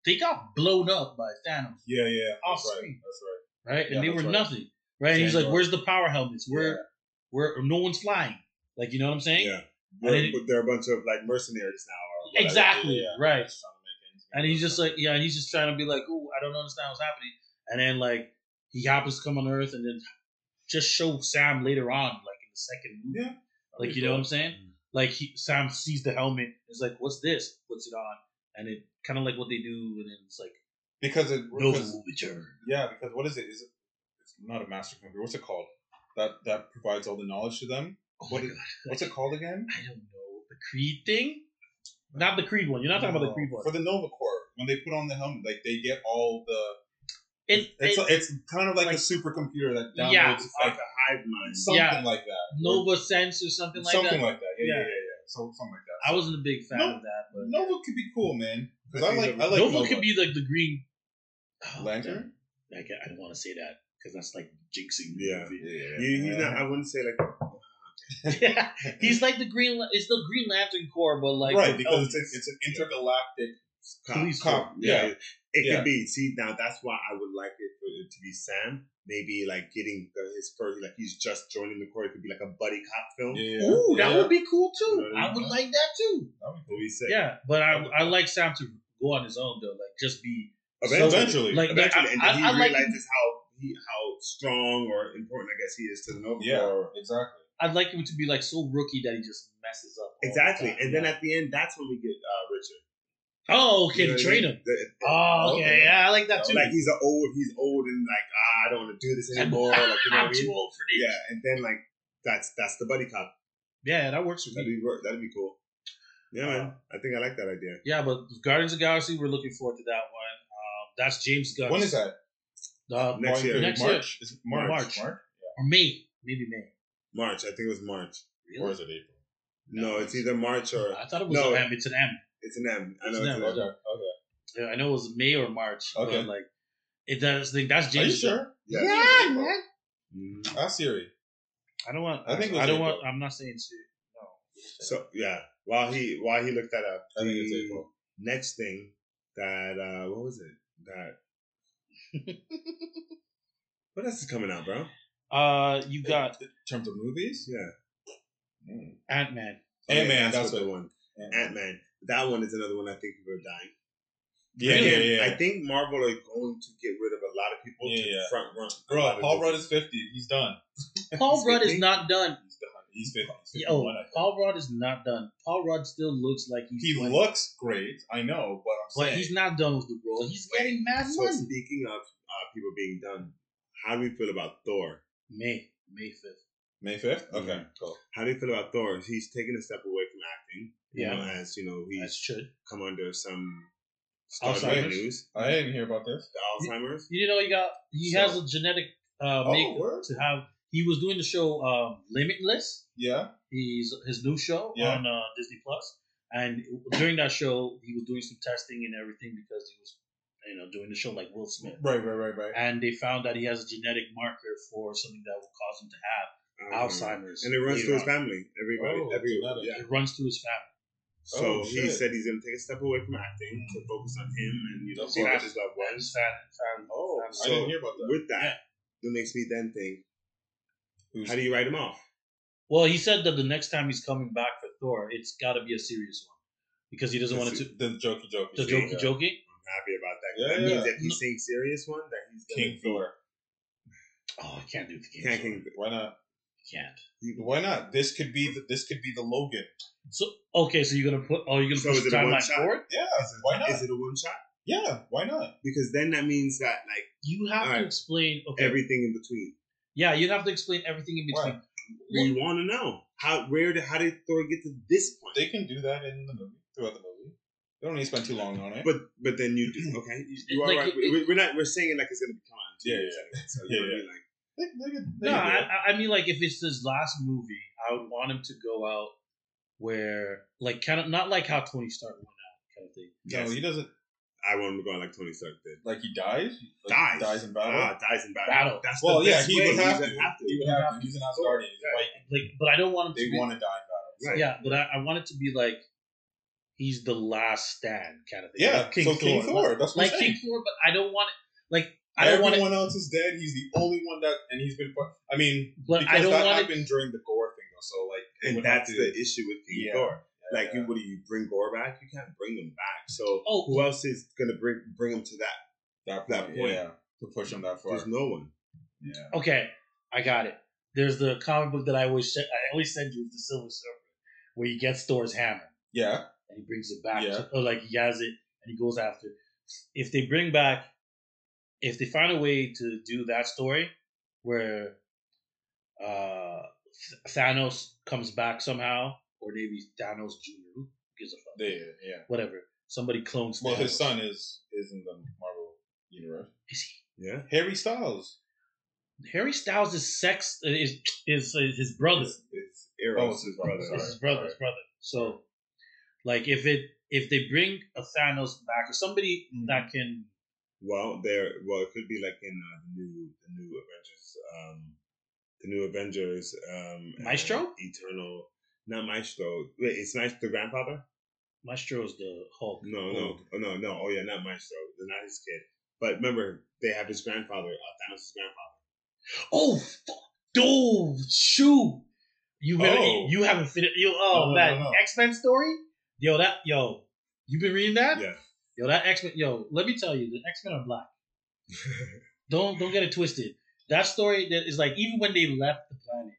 E: they got blown up by thanos
D: yeah, yeah.
E: off
D: That's right.
E: screen
D: That's right.
E: right?
D: Yeah,
E: and they
D: that's
E: were
D: right.
E: nothing, right? And he's
D: Sandbar.
E: like, "Where's the power helmets? Where,
D: Yeah.
E: where no one's flying? Like, you know what I'm saying?
F: Yeah.
E: And
F: We're-
E: it-
F: but they're a bunch of like mercenaries now. Or whatever.
E: exactly,
D: Yeah.
E: right?
D: Just trying to make ends meet.
E: And he's just like, yeah, and he's just trying to be like, "Ooh, I don't understand what's happening." And then like he happens to come on Earth, and then just show Sam later on, like in the second movie,
D: Yeah.
E: like you know what I'm saying? Like he, Sam sees the helmet, is like, "What's this?" Puts it on, and it kind of like what they do, and then it's like,
D: because it
E: "No
D: because-
E: return."
D: Yeah, because what is it? Is it? It's not a master computer. What's it called? That that provides all the knowledge to them.
E: Oh
D: What
E: my
D: is-
E: God.
D: What's it called again?
E: I don't know the Creed thing. Not the Creed one. You're not talking about the
D: No,
E: Creed one.
D: For the Nova Corps, when they put on the helmet, like they get all the.
E: It,
D: it's
E: it-
D: it's kind of like,
E: like-
D: a supercomputer that downloads
E: Yeah,
F: Like
D: like
F: a hive mind.
D: something
E: yeah.
D: like that.
E: Nova Sense or something like
D: something
E: that.
D: like that. Yeah, yeah,
E: Yeah.
D: yeah, yeah. So something like that.
E: I wasn't a big fan
D: No-
E: of that, but
D: Nova could be cool, man. Because I like I like
E: Nova,
D: Nova.
E: could be like the green Oh,
D: Lantern.
E: man. I, can't- I don't want to say that because that's like jinxing.
F: Yeah.
E: The [LAUGHS]
F: You, he's not. I wouldn't say like.
E: movie. he's like the green. Lan- It's the Green Lantern Corps, but like
D: right
E: with
D: because it's,
E: elves.
D: an- it's an intergalactic.
F: Cop,
E: Police
F: cop.
D: cop.
F: Yeah.
D: Yeah.
F: It
D: Yeah.
F: could be. See, now that's why I would like it for it to be Sam. Maybe like getting the, his first, like he's just joining the Corps. It could be like a buddy cop film.
D: Yeah,
E: Ooh, that
D: yeah.
E: would be cool too.
F: You know what I
E: I would like that too.
D: That'd be
F: What
D: cool.
F: we say?
E: Yeah, but I I like Sam to go on his own though, like just be
F: Eventually,
D: Eventually.
E: like
F: eventually, and
E: I,
F: then he
E: I, I like
F: realizes how he, how strong or important I guess he is to the Nova
D: Yeah,
F: Corps.
D: exactly.
E: I'd like him to be like so rookie that he just messes up. all the
F: Exactly,
E: time,
F: and then
E: yeah.
F: at the end, that's when we get uh, Richard.
E: oh okay,
F: You know
E: to
F: what I
E: train
F: mean?
E: him.
F: The-
E: Oh okay,
D: Okay.
E: yeah, I like that too.
F: like he's a old, he's old, and like ah, I don't want to do this
E: I'm,
F: anymore. like you know
E: I'm
F: what I
E: too
F: mean?
E: old for this.
F: Yeah, and then like that's that's the buddy cop.
E: Yeah, that works with
F: That'd
E: me.
F: be wor- that'd be cool. Yeah, man. I think I like that idea.
E: Yeah, but Guardians of the Galaxy, we're looking forward to that one. Um, that's James Gunn.
D: When is that?
E: Uh,
F: Next
E: March-
F: year.
E: Next year.
D: March. Is it March.
E: March. Or May. Maybe May.
F: March. I think it was March.
D: Or is it April?
F: No, it's either March or
E: I thought it was
F: No.
E: an M. It's an M.
F: it's an M. I
E: It's
F: know
E: an
F: it's
E: M,
F: an
D: Okay.
F: M.
D: Okay.
E: Yeah, I know it was May or March.
D: Okay.
E: But like, it does. Like, that's
D: Are you
E: James. Gunn.
D: sure?
F: Yeah.
E: Yeah,
D: April.
E: man.
F: Mhm.
D: That's Siri.
E: I don't want.
D: I
E: I
D: think it
E: think
D: was
E: I don't
D: April.
E: want. I'm not saying to. No.
F: So yeah, while he while he looked that up,
D: I think it's
F: the
D: April.
F: next thing that uh what was it that
D: [LAUGHS]
F: what else is coming out, bro? Oh,
E: Uh, you got
D: In terms of movies?
F: Yeah,
D: Mm.
E: Ant Man.
D: Ant-Man,
F: Yeah,
D: that's
F: what
D: what-
F: the one. Ant Man. That one is another one I think people are dying.
D: Yeah, yeah,
F: Again,
D: yeah.
F: I think Marvel are going to get rid of a lot of people
D: Yeah,
F: to
D: yeah.
F: front run. a lot
D: Bro,
F: of
D: Paul
F: movies.
D: Rudd is 50. He's done.
E: Paul Rudd
D: [LAUGHS] Excuse
E: is
D: me?
E: not done.
D: He's done. He's 50. He's 51,
E: Yo,
D: I think.
E: Paul Rudd is not done. Paul Rudd still looks like he's.
D: He
E: 20,
D: looks great. I know, but I'm
E: but
D: saying.
E: he's not done with the role. He's getting mad
F: So
E: money.
F: speaking of uh, people being done, how do we feel about Thor?
E: May May fifth.
D: May 5th? Okay, cool.
F: How do you feel about Thor? He's taken a step away from acting. You
E: Yeah.
F: know, as you know,
E: That
F: he's
E: should.
F: come under some startling
E: Alzheimer's.
F: news.
D: I didn't hear about this.
F: The Alzheimer's.
E: You know, he got he
D: So-
E: has a genetic uh,
D: Oh,
E: makeup
D: word?
E: to have. He was doing the show um, Limitless.
D: Yeah?
E: He's his new show
D: Yeah.
E: on uh, Disney Plus, and during that show, he was doing some testing and everything because he was, you know, doing the show like Will Smith.
D: Right, right, right, right.
E: And they found that he has a genetic marker for something that will cause him to have Alzheimer's,
F: Mm-hmm. And it runs
E: later
F: through his
E: on.
F: family. Everybody.
D: Oh,
F: every,
D: genetic.
F: yeah.
E: It runs through his family.
F: So
D: Oh,
F: he
D: shit. Mm.
F: said he's going to take a step away from acting to focus on him and you know
E: Of
F: see what
E: course.
F: his loved
E: His
F: ones.
E: fam- family.
D: Oh,
E: family.
D: I didn't hear about that.
F: With that, it makes me then think:
D: Who's-
F: How do you write him off?
E: Well, he said that the next time he's coming back for Thor, it's got to be a serious one because he doesn't want it to.
D: The jokey jokey.
E: The
D: shit,
E: jokey jokey.
F: I'm happy about that.
D: Yeah,
F: that
D: yeah.
F: means if he's saying serious one, that he's
D: yeah.
F: gonna
D: King Thor.
E: Oh, I can't do the game.
F: Can't
E: Can't.
F: King
D: Why not?
E: can't.
D: Why not? This could be the, this could be the Logan.
E: So okay, so you're gonna put oh you're gonna
F: So
E: push
F: is
E: the
F: it a one
E: timeline
F: shot?
E: forward.
D: Yeah, why not?
F: [LAUGHS] Is it a one shot?
D: yeah, why not?
F: Because then that means that like
E: You have
F: Alright.
E: to explain. Okay.
F: everything in between.
E: yeah, you have to explain everything in between.
F: We want to know how where did how did Thor get to this point?
D: They can do that in the movie throughout the movie. They don't need to spend too long on it.
F: but but then
D: [CLEARS THROAT]
F: you do okay. You, you are
E: Like,
F: right.
E: it-
F: We- we're not we're saying it like it's gonna be come on.
D: Yeah, yeah,
F: So
D: Yeah,
F: you know what I mean? Like,
D: they, they can, they
E: No,
D: can do
E: I,
D: it.
E: I- I mean like if it's his last movie, I would want him to go out where like kind of not like how Tony Stark went out kind of thing.
D: No, he doesn't.
F: I want him to go out like Tony Stark did.
D: Like he dies. Like,
F: Dies.
D: Dies in battle.
F: Ah, dies in battle.
E: Battle.
F: That's
D: well,
F: the
D: yeah,
F: best
D: he
F: way.
D: would have to.
F: He's gonna have to.
D: He would have to. He's an Asgardian. He's a Viking.
E: Like but I don't want him to.
D: They
E: be,
D: want to die in
F: Right.
E: Yeah, but I, I want it to be like he's the last stand kind of thing.
D: battle. Yeah,
E: like King
D: so
E: Thor.
D: King Thor. That's what
E: Like,
D: I'm
E: like
D: saying.
E: King Thor, but I don't want it. Like I don't want it.
D: Everyone else is dead. He's the only one that, and he's been. fu- I mean,
E: But
D: because
E: I don't
D: that
E: want
D: happened
E: it.
D: during the Gore thing, though. So like, they
F: and
D: would have
F: that's
D: to-
F: the issue with King
D: Yeah.
F: Thor. Like,
D: Yeah.
F: you, what do you bring Gore back? You can't bring him back. So
E: Oh.
F: who else is gonna bring bring him to that?
D: that
F: that
D: point,
F: point.
D: yeah, to push him that far.
F: There's no one.
D: yeah,
E: Okay, I got it. There's the comic book that I always se- I always send you, the Silver Surfer, where he gets Thor's hammer
D: yeah,
E: and he brings it back,
D: Yeah.
E: or like he has it and he goes after. If they bring back, if they find a way to do that story where uh Th- Thanos comes back somehow, or maybe Thanos Junior, who gives a fuck,
D: yeah, yeah.
E: whatever. Somebody clones.
D: Well, his
E: Thanos.
D: son is is in the Marvel universe.
E: is he?
F: Yeah.
D: Harry Styles.
E: Harry Styles is sex is is, is his brother.
F: It's, it's Eros,
D: Oh,
F: his brother.
E: It's his brother, his brother. So, like, if it if they bring a Thanos back or somebody
F: Hmm.
D: Mhm.
E: that can,
F: Well, there. Well, it could be like in uh, the new the new Avengers, um, the new Avengers, um, and
E: Maestro?
F: Eternal. Not Maestro. Wait, it's Maestro the grandfather?
E: Maestro is the Hulk.
F: No, Oh, no,
E: Hulk.
F: oh, no, no. Oh yeah, not Maestro. Not his kid. But remember, they have his grandfather, uh, Thanos' grandfather.
E: Oh, fuck. dude, shoot. You really,
F: Oh.
E: you haven't finished. Yo,
F: No,
E: oh,
F: no,
E: that
F: no, no.
E: X Men story. Yo, that yo, you been reading that?
F: Yeah.
E: Yo, that X Men. Yo, let me tell you, the X Men are
F: [LAUGHS]
E: black. don't don't get it twisted. That story that is like even when they left the planet,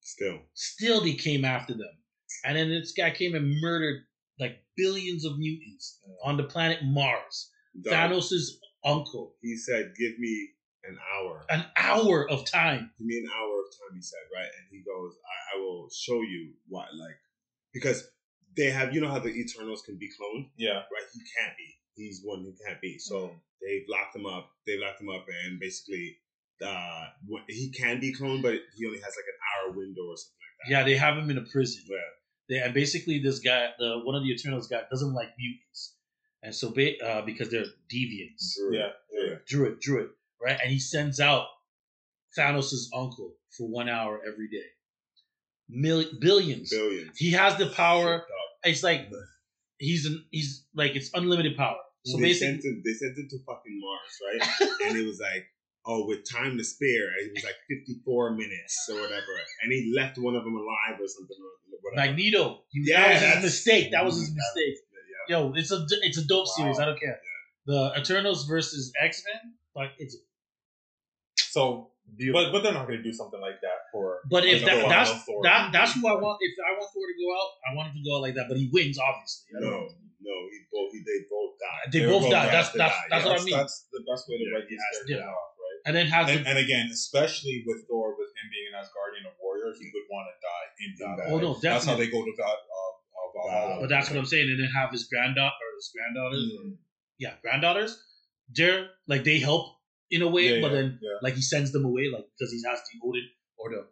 F: Still,
E: still they came after them, and then this guy came and murdered like billions of mutants on the planet Mars.
F: Dog,
E: Thanos' uncle.
F: He said, "Give me an hour.
E: An hour of time.
F: Give me an hour of time." He said, right, and he goes, "I, I will show you why." Like, because they have, you know, how the Eternals can be cloned.
D: Yeah.
F: right? He can't be. He's one who can't be. So they've locked him up. They've locked him up, and basically, uh, wh- he can be cloned, but he only has like an hour window or something.
E: Yeah, they have him in a prison.
F: Yeah.
E: They, and basically, this guy, the one of the Eternals guy, doesn't like mutants, and so ba- uh, because they're deviants,
D: Yeah.
F: yeah.
E: druid, druid, right? And he sends out Thanos' uncle for one hour every day, Mil- billions.
F: Billions.
E: He has the power.
F: Shit, dog.
E: It's like he's an he's like it's unlimited power. So
F: they sent
E: basically,
F: him. They sent him to fucking Mars, right?
E: [LAUGHS]
F: and it was like, oh, with time to spare, it was like fifty-four minutes or whatever, and he left one of them alive or something or whatever.
E: Magneto. He,
F: Yeah,
E: that was his
F: that's-
E: mistake. That was his
D: Mm-hmm.
F: Mhm.
E: mistake. Yo, it's a it's a dope series. I don't care. The Eternals versus X Men, like it's
D: So, but
E: beautiful.
D: but they're not going to do something like that for.
E: But if
D: another one,
E: that, that's
D: another Thor
E: that,
D: movie.
E: that's who I want. If I want Thor to go out, I want him to go out like that. But he wins, obviously. I
F: no,
E: don't
F: no, he both. He, they both died.
E: They
F: were
E: both died.
F: dead.
E: That's-
F: They
E: that's-
F: died,
E: that's
F: yeah.
E: what I
D: That's,
E: mean.
D: that's the best way to
F: Yeah,
D: write these
F: yeah,
D: characters
E: yeah.
D: off, right?
E: And then has
D: And,
E: the
D: and again, especially with Thor, with him being an Asgardian of warrior, he would want to die in battle.
E: oh no, definitely.
D: That's how they go to God of of Valhalla. Mm.
E: but that's what I'm saying. And then have his granddaughter or his
D: Mm-hmm.
E: granddaughters. Yeah, granddaughters. They're like they help in a way,
D: Yeah,
E: but
D: yeah,
E: then
D: yeah.
E: like he sends them away, like because he has the Odin or the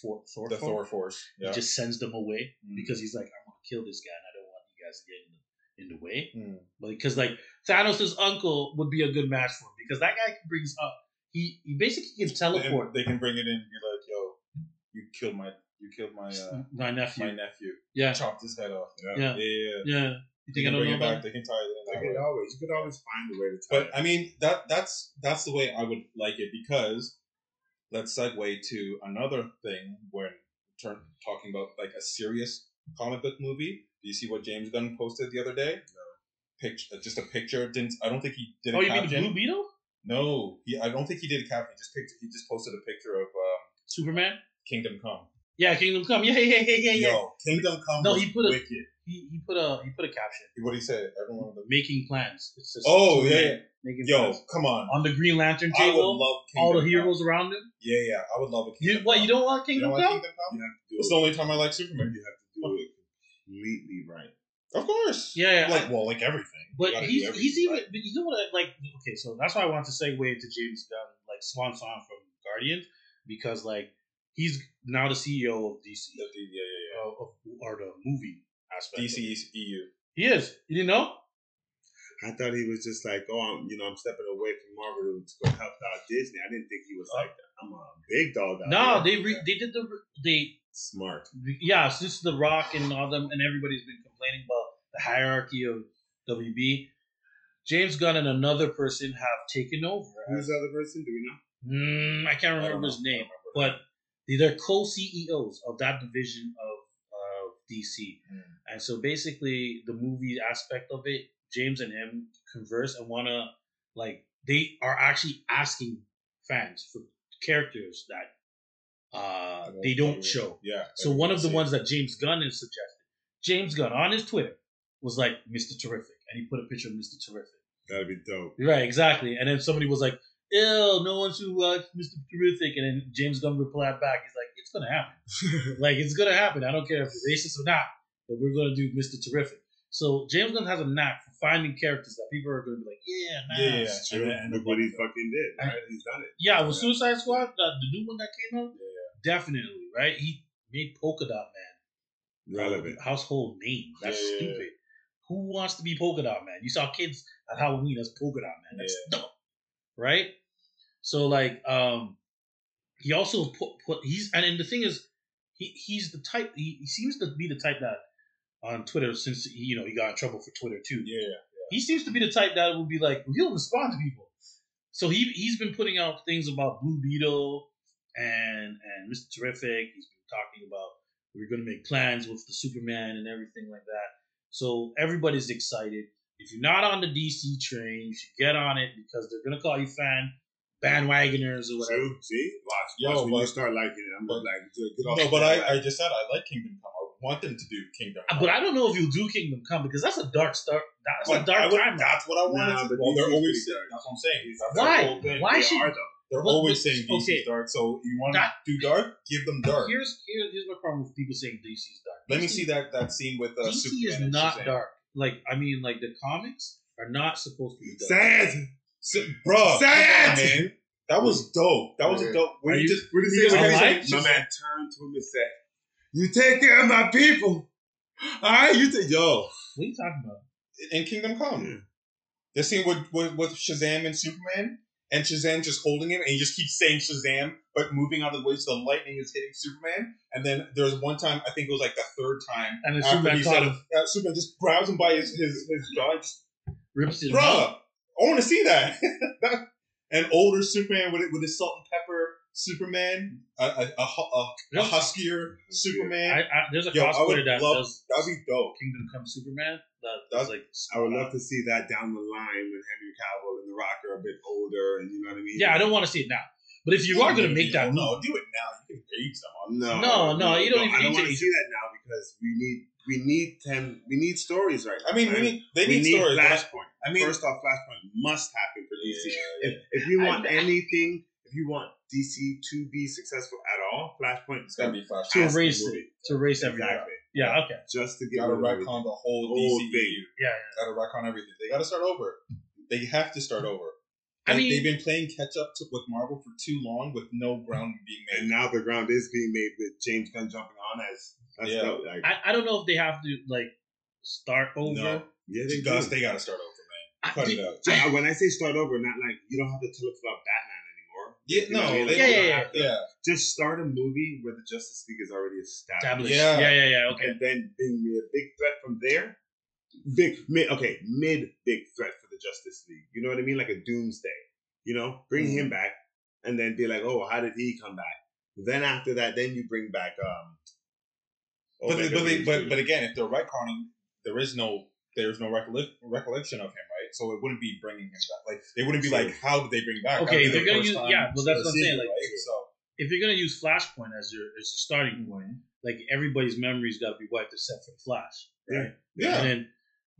E: Thor. Thor
D: the
E: form.
D: Thor Force.
E: He
D: Yeah.
E: just sends them away
D: Mm.
E: because he's like, I'm gonna kill this guy, and I don't want you guys to get in the, in the way.
D: Mm.
E: because like Thanos' uncle would be a good match for him because that guy can brings up he, he basically can
D: And
E: teleport
D: they can bring it in and be like, "Yo, you killed my, you killed my, uh,
E: my nephew.
D: my nephew.
E: yeah,
D: Chopped his head off.
F: Yeah.
E: yeah,
D: Yeah, yeah.
E: yeah. You
D: They
E: think I
D: can
E: don't
D: bring
E: know
D: it back.
E: about?
D: They can tie it in.
F: Like
D: that
F: it
D: way.
F: always, you could always find a way to.
D: But
F: tie it.
D: I mean that that's that's the way I would like it because let's segue to another thing when turn, talking about like a serious comic book movie. Do you see what James Gunn posted the other day? Picture, just a picture. Didn't I don't think he did. A
E: Oh, you mean
D: caption.
E: the Blue Beetle,
D: No, he, I don't think he did a caption. He just picked, he just posted a picture of um,
E: Superman?
D: Kingdom Come.
E: Yeah, Kingdom Come. Yeah, yeah, yeah, yeah, yeah.
D: Yo, Kingdom Come.
E: No,
D: was
E: he put a-
D: wicked.
E: He, he put a he put a caption.
D: What did he say? Everyone. Was
E: Making plans. It's just
D: Oh,
E: Superman
D: yeah, yeah.
E: making
D: Yo,
E: plans.
D: come on.
E: on the Green Lantern
D: I would
E: table,
D: love Kingdom
E: all the
D: Come.
E: heroes around him.
D: Yeah, yeah, I would love a
E: You
D: Kingdom.
E: what? You
D: Come.
E: don't want
D: You
E: Kingdom
D: don't
E: Come?
D: want Kingdom Come? It's the only time I like Superman.
F: you have to do it completely right.
D: Of course.
E: Yeah, yeah,
D: Like well, like everything. You
E: But
D: gotta do
E: he's
D: everything,
E: he's even
D: right?
E: but you know what I like okay, so that's why I want to segue into James Gunn, like Swan Song from Guardians, because like he's now the CEO of DC
D: Yeah, yeah, yeah,
E: uh, of, or the movie aspect.
D: yeah.
E: of
D: DC
E: it.
D: is E EU.
E: He is. You didn't know?
F: I thought he was just like, oh, I'm, you know, I'm stepping away from Marvel to go help out Disney. I didn't think he was like, I'm a big dog. Out
E: No,
F: here.
E: they re, they did the they
F: smart.
E: yeah since The Rock and all them and everybody's been complaining about the hierarchy of WB. James Gunn and another person have taken over.
F: Who's the other person? Do we know?
E: Mm, I can't
D: I don't
E: remember
D: know.
E: his name,
D: I don't
E: but they're co CEOs of that division of, of DC.
D: Mm.
E: And so basically, the movie aspect of it, James and him converse and want to, like, they are actually asking fans for characters that uh, they don't show.
D: Yeah.
E: So one of the
D: everyone
E: ones that James Gunn has suggested, James Gunn on his Twitter was like Mr. Terrific, and he put a picture of Mr. Terrific.
F: That'd be dope.
E: Right, exactly. And then somebody was like, "Ill, no one should watch Mr. Terrific." And then James Gunn replied back, "He's like, it's gonna
F: [LAUGHS]
E: happen. like, it's gonna happen. I don't care if it's racist or not, but we're gonna do Mr. Terrific." So James Gunn has a knack for finding characters that people are gonna be like, "Yeah,
D: sees
E: nah."
D: it. Yeah,
F: True.
D: yeah. And,
F: Look what he fucking did. Right? He's done it.
E: Yeah, with Suicide Squad, the, the new one that came out, definitely right. He made Polka Dot Man
F: Relevant.
E: a household name. That's
D: Yeah, yeah, yeah.
E: stupid. Who wants to be Polka Dot Man? You saw kids at Halloween as Polka Dot Man. That's dumb, right? So like, um, he also put, put he's and, and the thing is, he he's the type. He, he seems to be the type that on Twitter since he, you know he got in trouble for Twitter too.
D: yeah, yeah.
E: He seems to be the type that would be like, you'll respond to people. so he he's been putting out things about Blue Beetle and and Mr. Terrific. He's been talking about we're going to make plans with the Superman and everything like that. So everybody's excited. If you're not on the DC train, you should get on it because they're going to call you fan bandwagoners or whatever.
F: True. See, watch,
D: Yo,
F: watch when
D: but-
F: you start liking it, I'm gonna like dude, get off.
D: No,
F: the
D: but I, I
F: bandwagon.
D: just said I like Kingdom Come. I want them to do Kingdom Come.
E: But I don't know if you'll do Kingdom Come because that's a dark start. That's
D: But
E: a dark
D: I would-
E: timeline.
D: That's what I wanted.
F: Nah,
D: to-
F: but
D: well, they're
F: DC's
D: always
F: pretty
D: saying. That's what I'm saying. That's
E: Why?
D: their whole thing.
E: Why
D: They
E: should-
D: are, though. They're
E: But-
D: always
E: but-
D: saying DC's
E: okay.
D: dark. So you want
E: That-
D: to do dark? Give them dark.
E: Here's here, here's my problem with people saying DC is dark.
D: Let me
E: DC
D: see that, that scene with uh,
E: DC
D: Superman.
E: is
D: and
E: not
D: Shazam.
E: dark. Like I mean, like the comics are not supposed to be dark.
F: sad.
D: Si- Bruh, come on,
F: Sad.
D: man. That was dope. That was
F: Yeah.
D: a dope.
F: What
D: When you just
F: what did
E: you
F: he say?
E: just-
F: What
E: I
F: did
E: like-
F: he say? My man turned to him and said, "You take care of my people. All right, you take yo."
E: What are you talking about?
D: in Kingdom Come, the scene with, with with Shazam and Superman, and Shazam just holding him, and he just keeps saying Shazam, but moving out of the way so the lightning is hitting Superman. And then there's one time, I think it was like the third time,
E: And then
D: after
E: Superman
D: he
E: caught
D: said-
E: him.
D: uh, Superman just grabs him by his his, his jaw, and just
E: Rips his mouth.
D: bruh, I want to see that. [LAUGHS] That- An older Superman with with his salt and pepper Superman, a a, a, hu- a- a
E: There's-
D: huskier
E: I,
D: Superman.
E: I, there's a
D: Yo, I
E: cosplayer
D: would
E: that
D: love-
E: does
D: That'd be dope.
E: Kingdom Come Superman. That,
D: That's-
E: that's like
F: I would love to see that down the line when Henry Cavill and The Rock are a bit older, and you know what I mean.
E: yeah. I don't want to see it now, but if you are going to make that move,
D: no, do it now. You can age someone.
E: No,
F: No,
E: no, you don't even
F: I
E: need
F: don't
E: to
F: want to
E: age
F: see that now because we need we need ten we need stories right.
D: I mean,
F: now,
D: we
F: man.
D: need, they
F: we
D: need, stories. but I-
F: Flashpoint.
D: I mean,
F: First off, Flashpoint must happen for DC.
D: Yeah,
F: If, if you
E: I-
F: want anything, if you want DC to be successful at all, Flashpoint
D: it's
F: is
D: gotta
F: going
D: be flash.
E: to
F: ask the
E: erase
F: movie.
E: it, to erase everything.
F: exactly
E: Yeah. Okay.
F: just to
D: You
F: get
D: gotta
F: rid of
D: retcon the whole
F: Whole
D: DCU.
F: thing.
E: Yeah.
D: Gotta retcon everything. They gotta start over. They have to start over.
E: I
D: They-
E: mean-
D: they've been playing catch up to, with Marvel for too long with no ground being
F: it.
D: made.
F: And now the ground is being made with James Gunn jumping on as that's
D: Yeah.
F: dope. Like,
E: yeah. I, I don't know if they have to like start over.
D: No.
F: yeah,
D: They,
F: they
D: gotta,
F: do.
D: they gotta start over,
E: I-
D: man. Cut it out.
F: So, uh, when I say start over, not like you don't have to tell us about Batman anymore.
D: Yeah,
F: You know what I
D: no.
F: mean?
D: They,
F: Like,
E: Yeah,
F: you
E: yeah,
F: don't
E: yeah.
F: have to-
D: yeah.
F: Just start a movie where the Justice League is already established.
E: Established.
D: Yeah.
E: Yeah. Yeah. Yeah. Okay.
F: and then being made a big threat from there. Big mid, okay, mid big threat for the Justice League. You know what I mean? Like a Doomsday. You know, bring him back, and then be like, oh, how did he come back? Then after that, then you bring back um.
D: But, they,
F: Omega
D: but, they,
F: Green
D: but,
F: Street.
D: but again, if they're retconning, there is no there's no recollec- recollection of him, right? So it wouldn't be bringing him back. Like they wouldn't be
F: True.
D: like, how did they bring back?
E: Okay,
D: That'd be
E: if
D: the
E: they're gonna
D: first
E: use-
D: time
E: yeah, well, that's what I'm saying, like-
D: right? so
E: If you're gonna use Flashpoint as your as your starting point, like everybody's memory's got to be wiped except for the Flash.
D: yeah,
E: And then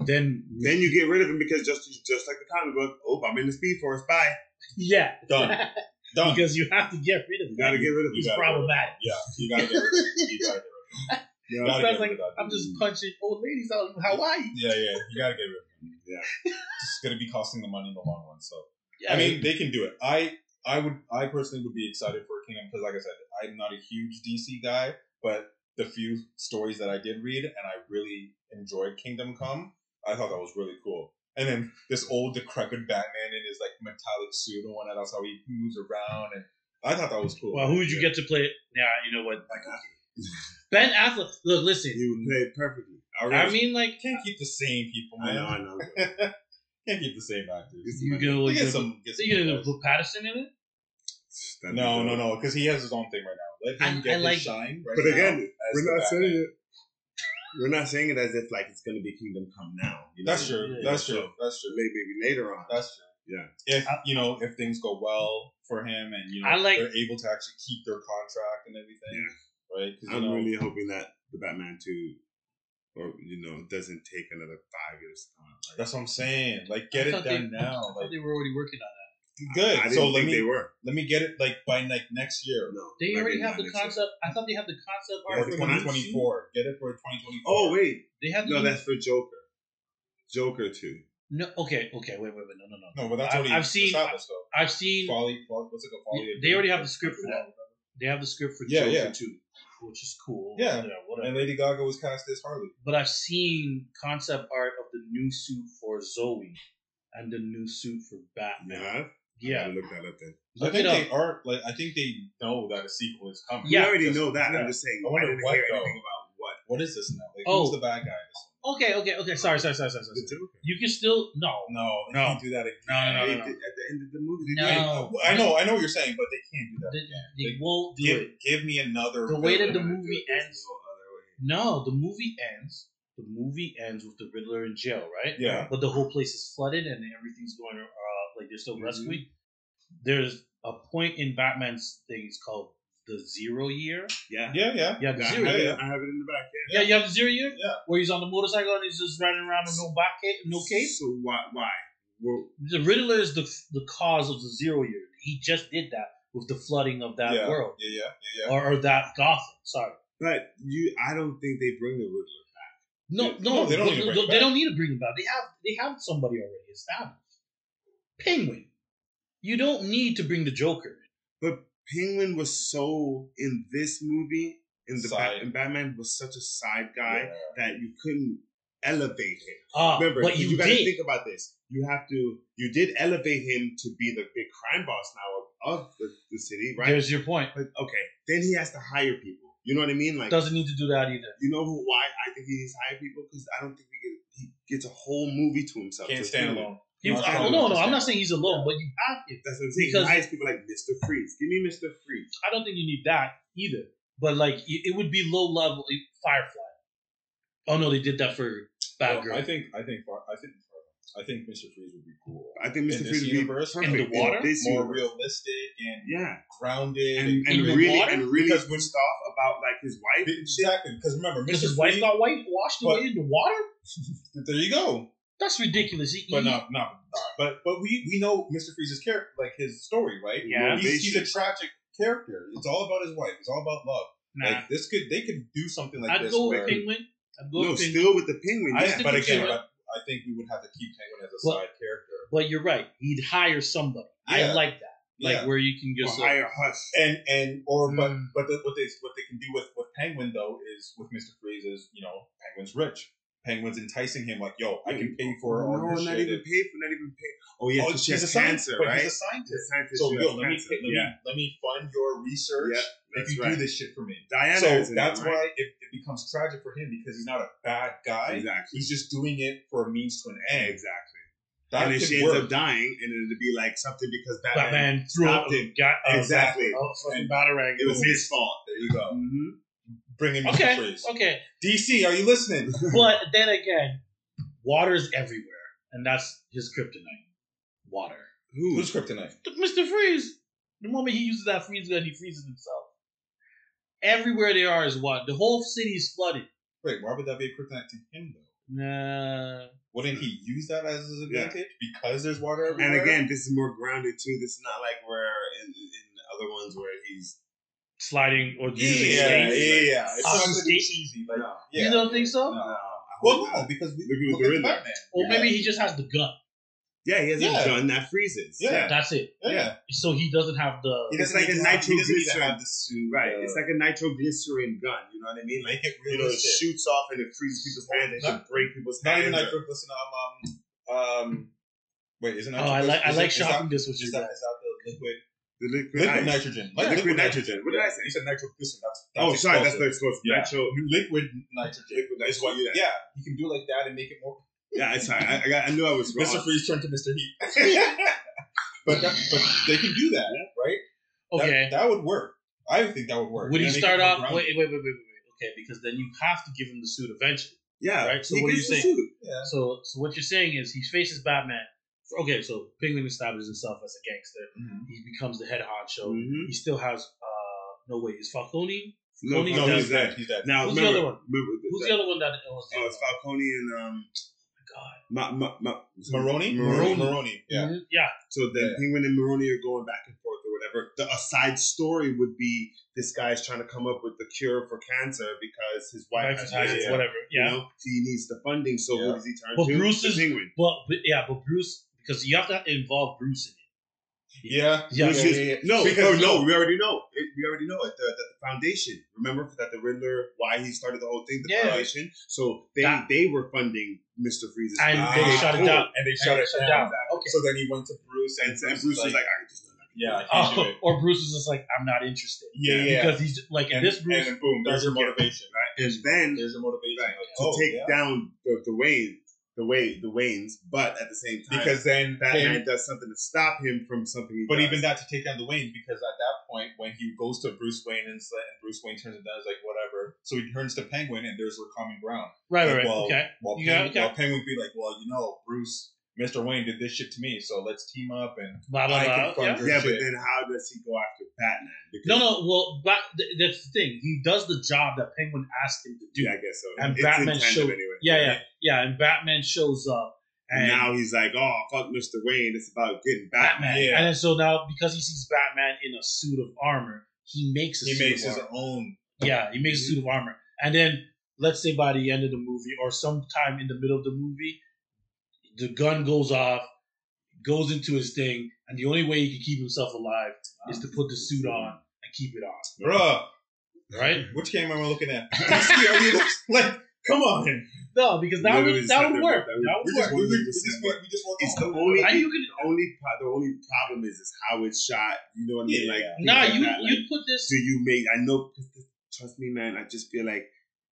E: then
F: then you get rid of him because just just like the comic book, oh, I'm in the Speed Force. Bye.
E: yeah.
D: done, done.
E: because you have to get rid of
F: You
E: him.
F: gotta get rid of him.
E: He's
D: gotta get
E: problematic.
D: Yeah, you gotta get rid of it. [LAUGHS]
E: [LAUGHS]
D: You Mm. gotta get rid of it. You gotta get rid of
E: Sounds like
F: You know?
D: that.
E: I'm just punching old ladies out in Hawaii.
D: Yeah, yeah, you gotta get rid of it. Yeah. it's gonna be costing the money in the long run. So
E: Yeah,
D: I mean, they can do it. I I would I personally would be excited for Kingdom because, like I said, I'm not a huge DC guy, but the few stories that I did read and I really enjoyed Kingdom Come, I thought that was really cool. And then this old decrepit Batman in his like metallic suit and whatnot. That's how he moves around, and I thought that was cool.
E: well, who would you get to play it? Yeah, you know what?
D: [LAUGHS]
E: Ben Affleck. Look, listen.
F: You played perfectly.
E: I
F: Already.
E: mean, like,
D: Can't keep the same people,
F: I
D: man.
F: know, I know.
D: Can't keep the same actors.
E: you gonna
D: Get
E: get some.
D: some, get
E: So
D: some
E: you gonna
D: guys.
E: put Patterson in it?
F: That'd be
D: No,
F: dope.
D: no, no, because he has his own thing right now. Let him
E: I-
D: get
E: I
D: his
E: like-
D: shine. Right
F: But
D: now
F: again,
D: as the
F: We're not
D: Batman.
F: saying it. We're not saying it as if like it's gonna be Kingdom Come now. You know?
D: That's true.
E: Yeah.
D: That's true. That's true.
F: Maybe, maybe later on.
D: That's true.
F: Yeah.
D: If you know, if things go well for him, and you know,
E: I like-
D: they're able to actually keep their contract and everything, right? Because
F: I'm
D: you know,
F: really hoping that the Batman two, or you know, doesn't take another five years. Time.
D: that's what I'm saying. Like, get
E: I
D: it
E: thought
D: done
E: they- I
D: now.
E: thought
D: Like,
E: they were already working on that.
D: good.
F: I didn't
D: so
F: think
D: let me
F: they were.
D: let me get it like by like next year.
F: No,
E: They
F: not
E: already
F: really
E: have the
F: not next year.
E: concept. I thought they had the concept
D: Or
E: art
F: the
E: for
F: con-
D: 2024. Get it for 2024.
F: Oh wait,
E: They have the
F: no, that's for Joker. Joker two.
E: no. Okay, okay, wait, wait, wait, no, no, no.
D: no, but that's
E: I-
D: already
E: I've seen-
D: established though.
E: I've seen
D: Folly, folly, what's it called? Folly.
E: they already have the script for that. They have the script for
D: Yeah,
E: Joker
D: yeah.
E: too, which is cool.
D: Yeah.
E: whatever.
D: And Lady Gaga was cast as Harley.
E: but I've seen concept art of the new suit for Zoe and the new suit for Batman.
F: Yeah,
E: Yeah,
F: I look that up then.
E: look
D: I think
E: it up.
D: they are like I think they know that a sequel is coming.
E: Yeah.
F: we already
D: Just-
F: know that.
D: yeah.
F: I'm just saying.
D: I
F: I
D: wonder
F: didn't
D: what,
F: hear
D: though.
F: anything about what.
D: What is this now? Like,
E: Oh.
D: who's the bad guy? in this
E: Okay, okay, okay. Sorry, sorry, sorry, sorry, sorry.
F: The
E: sorry.
F: Joker.
E: You can still no.
D: No, they
E: No.
D: can't do that again.
E: No, no, no,
D: They
E: no, no.
D: did- At the end of the movie, they
E: No.
D: did it. I know, I know what you're saying, but they can't do that
E: They,
D: again.
E: they
D: Like,
E: won't do
D: give,
E: it.
D: give me another.
E: The way that the
D: villain and do
E: movie
D: it. There's
E: ends-
D: no other way.
E: No, the movie ends. The movie ends with the Riddler in jail, right?
D: Yeah.
E: But the whole place is flooded and everything's going uh, like they're still
D: Mhm.
E: rescuing. There's a point in Batman's thing. It's called the zero year.
F: Yeah.
D: Yeah, yeah.
E: Yeah, the
F: I,
E: zero
F: have
E: year.
F: it, I have it in the back. Yeah.
E: Yeah, you have the zero year.
D: Yeah.
E: Where he's on the motorcycle and he's just riding around with no back cape, no cape.
F: So why? Why? Well,
E: The Riddler is the the cause of the zero year. He just did that with the flooding of that
D: yeah.
E: world
D: Yeah, yeah, yeah, yeah.
E: or, or that Gotham. Sorry.
F: but you, I don't think they bring the Riddler.
E: No,
D: Yeah.
E: no,
D: No, they don't need to bring it
E: they
D: back.
E: don't need to bring him back. They have they have somebody already established. Penguin. You don't need to bring the Joker.
F: Penguin was so in this movie, in the
D: Side.
F: Bat, and Batman was such a side
D: Yeah.
F: guy
D: Uh,
F: that you couldn't elevate him.
E: Ah,
F: Remember,
E: but
F: you,
E: you,
F: got to
E: did.
F: think about this. You have to. You did elevate him to be the big crime boss now of, of the, the city, right?
E: There's your point.
F: but okay, then he has to hire people. You know what I mean? Like,
E: Doesn't need to do that either.
F: you know who, why I think he needs to hire people? Because I don't think he, get, he gets a whole movie to himself.
D: Can't
F: Just
D: stand
F: Penguin.
D: alone.
E: He,
D: No,
E: I
D: I
E: don't
D: know,
E: know. No,
D: understand.
E: I'm not saying he's alone, but you have to.
F: That's what I'm saying.
E: Because-
F: he hires people like Mr. Freeze. Give me Mr. Freeze.
E: I don't think you need that either. But like, it, it would be low level like Firefly. Oh no, they did that for
D: Well,
E: Batgirl.
D: Oh, I think, I think, Far- I think, I think Mr. Freeze would be cool.
F: I think Mr.
D: In this
F: Freeze would be
D: universe, in
F: perfect
E: the water?
F: this
D: More
F: universe.
D: realistic and
F: Yeah,
D: grounded.
F: and, and
E: In the
F: really
E: water?
F: and really
D: Because when-
F: pissed off about like his wife. and shit.
D: exactly, because remember,
E: Because
D: Mr.
E: his wife
D: Freeze.
E: got white washed
D: But-
E: away in the water.
D: there you go.
E: That's ridiculous. He-
D: But
E: he-
D: no, no, but but we we know Mr. Freeze's character, like his story, right?
E: Yeah.
D: he's, he's a
F: Motivation.
D: tragic character. It's all about his wife. It's all about love.
E: nah.
D: Like this could they could do something like
E: I'd
D: this.
E: go
D: where,
E: with Penguin. I'd go
F: No,
E: with Penguin.
F: still with the penguin.
D: I,
F: Yeah,
E: stick
D: but
E: with
D: again,
E: you.
D: I, I think we would have to keep Penguin as a
E: Well-
D: side character.
E: But you're right. He'd hire somebody. I
D: Yeah.
E: like that. Like
D: yeah.
E: where you can
F: or
E: just like,
F: hire Hush.
D: and and or but
F: Hmm.
D: but the, what they what they can do with with Penguin though is with Mr. Freeze is you know Penguin's rich. Penguin's enticing him like, yo, I can pay for all
F: no,
D: your
F: not
D: shit.
F: even paid for, not even paid. Oh yeah,
D: Oh,
F: 'cause she
D: he's
F: has
D: a scientist,
F: cancer,
D: but
F: right?
D: He's a scientist.
F: scientist.
D: So
F: she
D: yo,
F: has
D: let me
F: cancer.
D: let me
F: yeah,
D: let me fund your research.
F: yeah,
D: if
F: that's
D: you do
F: right.
D: this shit for me.
F: Diana is
D: So
F: in
D: that's
F: it, right?
D: why it, it becomes tragic for him because he's not a bad guy.
F: exactly.
D: He's just doing it for a means to an end.
F: Exactly.
D: That
F: and then
D: could
F: she ends
D: work.
F: up dying, and it'd be like something because Batman.
E: Batman threw up
F: Stopped him.
E: got uh,
F: Exactly.
E: Oh, fucking Batarang.
F: It was his fault.
D: There you go.
F: Mm-hmm.
D: Bring in Mr.
E: Okay.
D: Freeze.
E: Okay.
D: DC, are you listening?
E: But then again, water's everywhere, and that's his kryptonite. Water.
D: Who's Kryptonite?
E: Mister Freeze. The moment he uses that freeze gun, he freezes himself. Everywhere they are is water. The whole city is flooded.
D: Wait, why would that be a Kryptonite to him though?
E: Nah.
D: Wouldn't he use that as his
F: Yeah.
D: advantage because there's water everywhere?
F: And again, this is more grounded too. This is not like where in, in other ones where he's
E: Sliding or
D: yeah,
E: using
D: yeah, yeah,
E: skates.
D: It's
E: Uh,
D: not gonna be
E: skate?
D: cheesy. Like,
F: No.
D: yeah.
E: You don't think so?
D: No.
F: I
D: Well,
F: hope
D: no,
F: not.
D: because we
F: Look
D: look,
F: at the
D: at
F: Riddler.
D: Batman.
E: Or
D: yeah.
E: maybe he just has the gun.
F: Yeah, he has
D: Yeah.
F: a gun that freezes.
D: Yeah.
E: That's it.
D: yeah.
E: So he doesn't have the.
D: He
F: It's
D: doesn't
F: like
D: need
F: a
D: to have- he doesn't need to have
F: nitroglycerin.
D: the suit.
F: Right.
D: uh,
F: It's like a nitroglycerin gun. You know what I mean? Like
D: Make
F: [LAUGHS]
D: it
F: you know, it
D: realistic.
F: shoots off and it freezes people's hands. It
D: Not-
F: should break people's
D: Not
F: hands.
D: even
F: or-
D: nitroglycerin. Um, um, um, wait, isn't
E: Oh, I like I
D: is
E: like
D: it- is
E: shopping this
D: That,
E: with
D: is,
E: you
D: that,
E: guys.
D: is that the liquid?
F: the liquid,
D: Liquid
F: ice.
D: nitrogen.
F: Yeah, liquid nitrogen. What did I say?
D: You said nitroglycerin. That's, that's
F: Oh, sorry, that's the
D: explosive.
F: explosive.
D: Yeah.
F: Nitro.
D: liquid nitrogen.
F: Liquid
D: Is what,
F: nitrogen,
D: yeah. you can do like that and make it more.
F: Yeah, I sorry. I, I, got, I knew I was wrong.
D: Mr. Freeze turned to Mr.
F: [LAUGHS]
D: Heat. [LAUGHS] but that, but they can do that, right? That-
E: Okay.
D: that, would work. I would think that would work.
E: Would he
D: Then they can
E: start
D: go
E: off?
D: ground-
E: Wait, wait, wait, wait, wait, wait. Okay, because then you have to give him the suit eventually.
F: Yeah.
E: Right, so
F: he
E: what do
F: gets
E: you
F: the
E: think?
F: suit.
D: Yeah.
E: So, so what you're saying is he faces Batman. Okay, so Penguin establishes himself as a gangster.
F: Mm-hmm.
D: Mhm.
E: He becomes the head honcho.
F: Mhm.
E: He still has uh no wait, is Falcone?
F: No,
E: Only
F: no,
E: does
F: he's dead.
D: He's dead.
F: Now,
E: Who's the
F: remember,
E: other one?
F: Remember,
E: Who's the other one that was?
F: Oh, it's Falcone and um,
E: God.
F: Ma, ma, ma,
D: Maroni?
F: Maroni.
D: Maroni. Yeah.
E: Mhm. Yeah.
F: So then
D: Yeah.
F: Penguin and Maroni are going back and forth or whatever. The, a side story would be this guy's trying to come up with the cure for cancer because his wife
E: Life
F: has
E: is nice,
F: cancer.
E: Whatever. Yeah.
F: You know, he needs the funding, so
D: Yeah.
F: who does he turn
E: But
F: to?
E: Bruce
F: The
E: is-
F: Penguin.
E: But, but yeah, but Bruce because you have to involve Bruce in it.
D: Yeah.
E: Yeah.
F: Bruce is- No,
D: Because-
F: oh, no, we already know. It, we already know it. The, the, the foundation. Remember that the Riddler, why he started the whole thing, the
E: Yeah.
F: foundation. So they
E: That-
F: they were funding Mr. Freeze's.
E: And they
F: foundation.
E: shut it
D: cool.
E: down.
D: And they
E: And
D: shut it
E: shut
D: down.
E: down.
F: Exactly.
E: Okay.
D: So then he went to Bruce,
F: And, and Bruce was like, I can just
D: Yeah, I can't do
E: Oh,
D: it.
E: or Bruce is just like, I'm not interested.
F: Yeah, yeah.
E: Because he's like in
F: and,
E: this Bruce.
F: and boom,
D: There's
F: there's
D: your
F: a motivation.
D: motivation.
F: And then
D: There's your motivation.
F: Right,
D: Like,
F: to
D: oh,
F: take
D: yeah.
F: down the, the Wayne, the way the Waynes, but at the same time,
D: Because then,
F: Batman
D: him-
F: does something to stop him from something. He
D: But
F: does.
D: even that to take down the Wayne, because at that point, when he goes to Bruce Wayne and, s- and Bruce Wayne turns it down, he's like, whatever. So he turns to Penguin, and there's a common ground.
E: right, right,
D: Like,
E: right.
D: well,
E: okay.
D: Well,
E: You got-
D: Penguin,
E: okay.
D: well, Penguin would be like, well, you know, Bruce, Mr. Wayne did this shit to me, so let's team up and
E: Blah, blah,
D: I
E: blah.
D: confront
E: Uh-huh, Yeah.
D: your
F: yeah, but
D: shit.
F: then how does he go after Batman? Because,
E: No, no. Well, but th- that's the thing. He does the job that Penguin asked him to do.
F: yeah, I guess so.
E: And
F: It's
E: Batman
F: in tandem
E: showed-
F: anyway.
E: Yeah, yeah, yeah. And Batman shows up, and
F: And now he's like, oh fuck, Mister Wayne. It's about getting Batman.
E: Batman.
D: Yeah.
E: And then so now, because he sees Batman in a suit of armor, he makes a
D: he
E: suit
D: makes
E: of
D: his
E: armor.
D: own.
E: Yeah, he makes a suit of armor. And then, let's say by the end of the movie, or sometime in the middle of the movie, the gun goes off, goes into his thing, and the only way he can keep himself alive is to put the suit on and keep it on.
D: Bruh,
E: Right?
D: which game am I looking [LAUGHS] at?
F: [LAUGHS]
D: Are we look- like, come on.
E: No, because that
F: Literally
E: would
F: just
E: that
F: had
E: would
F: to
E: work.
F: work. That would-
E: That
F: we
E: would
D: We
E: work.
D: just, we, we, we just, we,
F: It's
D: we just want
F: It's the
D: to-
F: only,
E: And you could
F: the only, pro- the only problem is, is how it's shot. You know what I mean?
D: Yeah.
F: Like, things
E: nah,
F: like
E: you
F: that, like,
E: you put
D: [LAUGHS]
E: this
F: do you make? I know. 'cause th- Trust me, man. I just feel like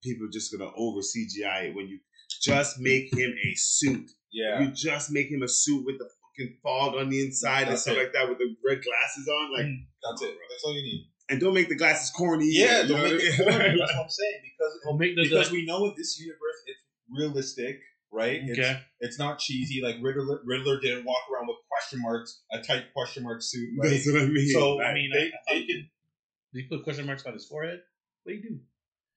F: people just gonna over CGI it when you just make him a suit.
D: Yeah.
F: You just make him a suit with the fucking fog on the inside and
D: That's
F: stuff
D: it.
F: like that, with the red glasses on. Like,
D: That's it. That's all you need.
F: and don't make the glasses corny.
D: Yeah,
F: you
D: don't
F: know
D: make
F: what I
D: it
F: mean? [LAUGHS]
D: corny. [LAUGHS]
E: [LAUGHS]
D: That's what I'm saying. Because
E: will make the,
D: because
E: the
D: we know in this universe it's realistic, right? It's,
E: okay.
D: it's not cheesy. Like Riddler, Riddler didn't walk around with question marks, a tight question mark suit, right?
F: That's what I mean.
D: So
F: Like,
E: I mean,
D: they,
E: I- I-
D: they can.
E: Did he put question marks on his forehead? What do you do?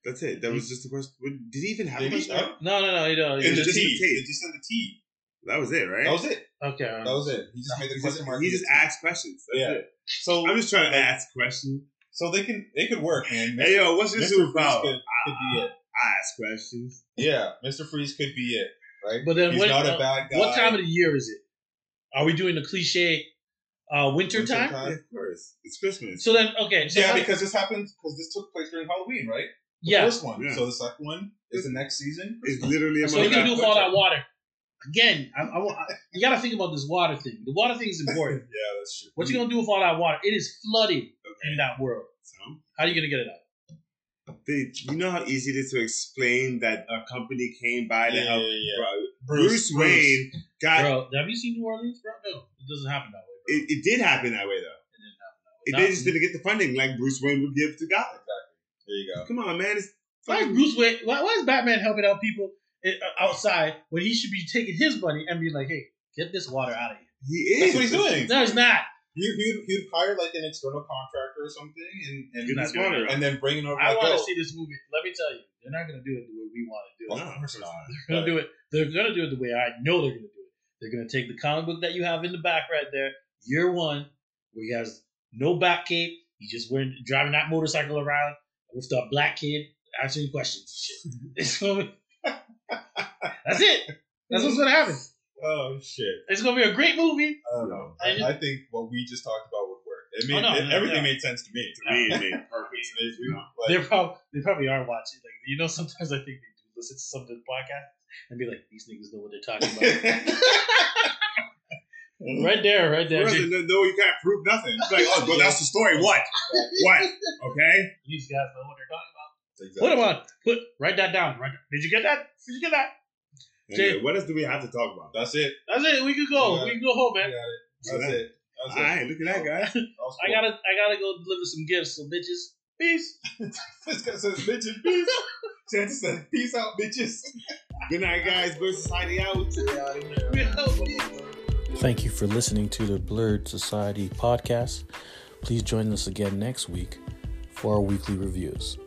F: that's it. That was just the question. What- Did he even have
D: They
F: a
D: can
F: question?
E: No, no, no. He don't.
D: in
E: He
D: the
E: just,
F: just
D: T,
F: the T.
D: It's just in the T.
F: That was it, right?
D: That was it.
E: okay. um,
D: That was it. He just made the
F: he
D: question
F: just,
D: mark.
F: he
D: in the
F: just
D: T.
F: asked questions. That's
D: Yeah.
F: it.
D: So
F: I'm just trying to ask questions.
D: so they can they could work, man.
F: Hey yo, what's your
D: Mr. Freeze
F: superpower?
D: could, could be it.
F: Ah, I ask questions.
D: Yeah, Mr. Freeze could be it, right?
E: But then
D: He's
E: what?
D: not a
E: uh,
D: bad guy.
E: What time of the year is it? Are we doing the cliche uh, winter,
D: Winter
E: time?
D: time.
F: Yeah, of course, it's Christmas.
E: So then, okay. So
D: yeah,
E: how-
D: because this happens because this took place during Halloween, right? The
E: yeah.
D: first one.
F: Yeah.
D: So the second one is the next season.
F: it's literally a
E: So you can
F: motherfucker.
E: do Fallout Water again. I, I, want- I- you got to think about this water thing. The water thing is important.
D: [LAUGHS] Yeah, that's true.
E: what you gonna do with all that water? It is flooded in that world.
F: So,
E: How are you gonna get it out?
F: they, you know how easy it is to explain that a company came by to
D: Yeah,
F: help
D: yeah, yeah.
F: Bro, Bruce, Wayne. Got
E: Bro, have you seen New Orleans, bro? No, it doesn't happen that way.
F: it, it did happen that way though.
E: It didn't happen.
F: It,
E: Not-
F: they just didn't get the funding like Bruce Wayne would give to God.
D: There you go.
F: Come on, man. It's
E: Why is Bruce Wayne? Why, why is Batman helping out people i- outside when he should be taking his money and be like, "Hey, get this water out of here"?
F: he is.
D: That's what he's doing.
E: No, he's not.
D: He, he'd, he'd hire like an external contractor or something, and and,
F: Get this
D: and
F: water out.
D: then bring it over.
E: I
D: like,
E: want to
D: yo,
E: see this movie. Let me tell you, they're not gonna do it the way we want to do it.
D: Of course not.
E: They're gonna do it. They're gonna do it the way I know they're gonna do it. They're gonna take the comic book that you have in the back right there, year one, where he has no back cape. He's just wearing driving that motorcycle around with the black kid answering questions. [LAUGHS] It's gonna be- That's it. That's what's gonna happen.
D: Oh shit!
E: It's gonna be a great movie.
D: Um, I don't know.
E: And-
D: I, I think what we just talked about would work. It made,
E: Oh, no,
D: it-
E: no,
D: everything
E: yeah.
D: made sense to me.
F: To me, it made perfect
D: It's-
F: sense.
D: we- like,
E: They're probably they probably are watching. Like you know, sometimes I think they do listen to some of the podcast and be like, "These niggas know what they're talking
D: [LAUGHS]
E: about." right there, right there.
F: For us,
E: Jay-
F: no, no, you can't prove nothing. It's like, oh, well, that's the story. What? What? Okay.
E: These guys know what they're talking about.
D: exactly.
E: Put them on. Put write that down. Write, did you get that? Did you get that? Jay-
F: Anyway, what else do we have to talk about?
D: That's it.
E: That's it. We could go.
D: Yeah.
E: We can go home, man.
D: You got it. That's it. That's
F: All right, look at that, guys.
D: it. That was
E: I
D: cool.
E: gotta I gotta go deliver some gifts. So bitches,
D: [LAUGHS]
E: peace.
D: This guy says bitches peace. Santa says [LAUGHS] peace out, bitches.
F: Good night, guys. Bird Society out.
E: We out. Peace.
A: Thank you for listening to the Blurred Society podcast. Please join us again next week for our weekly reviews.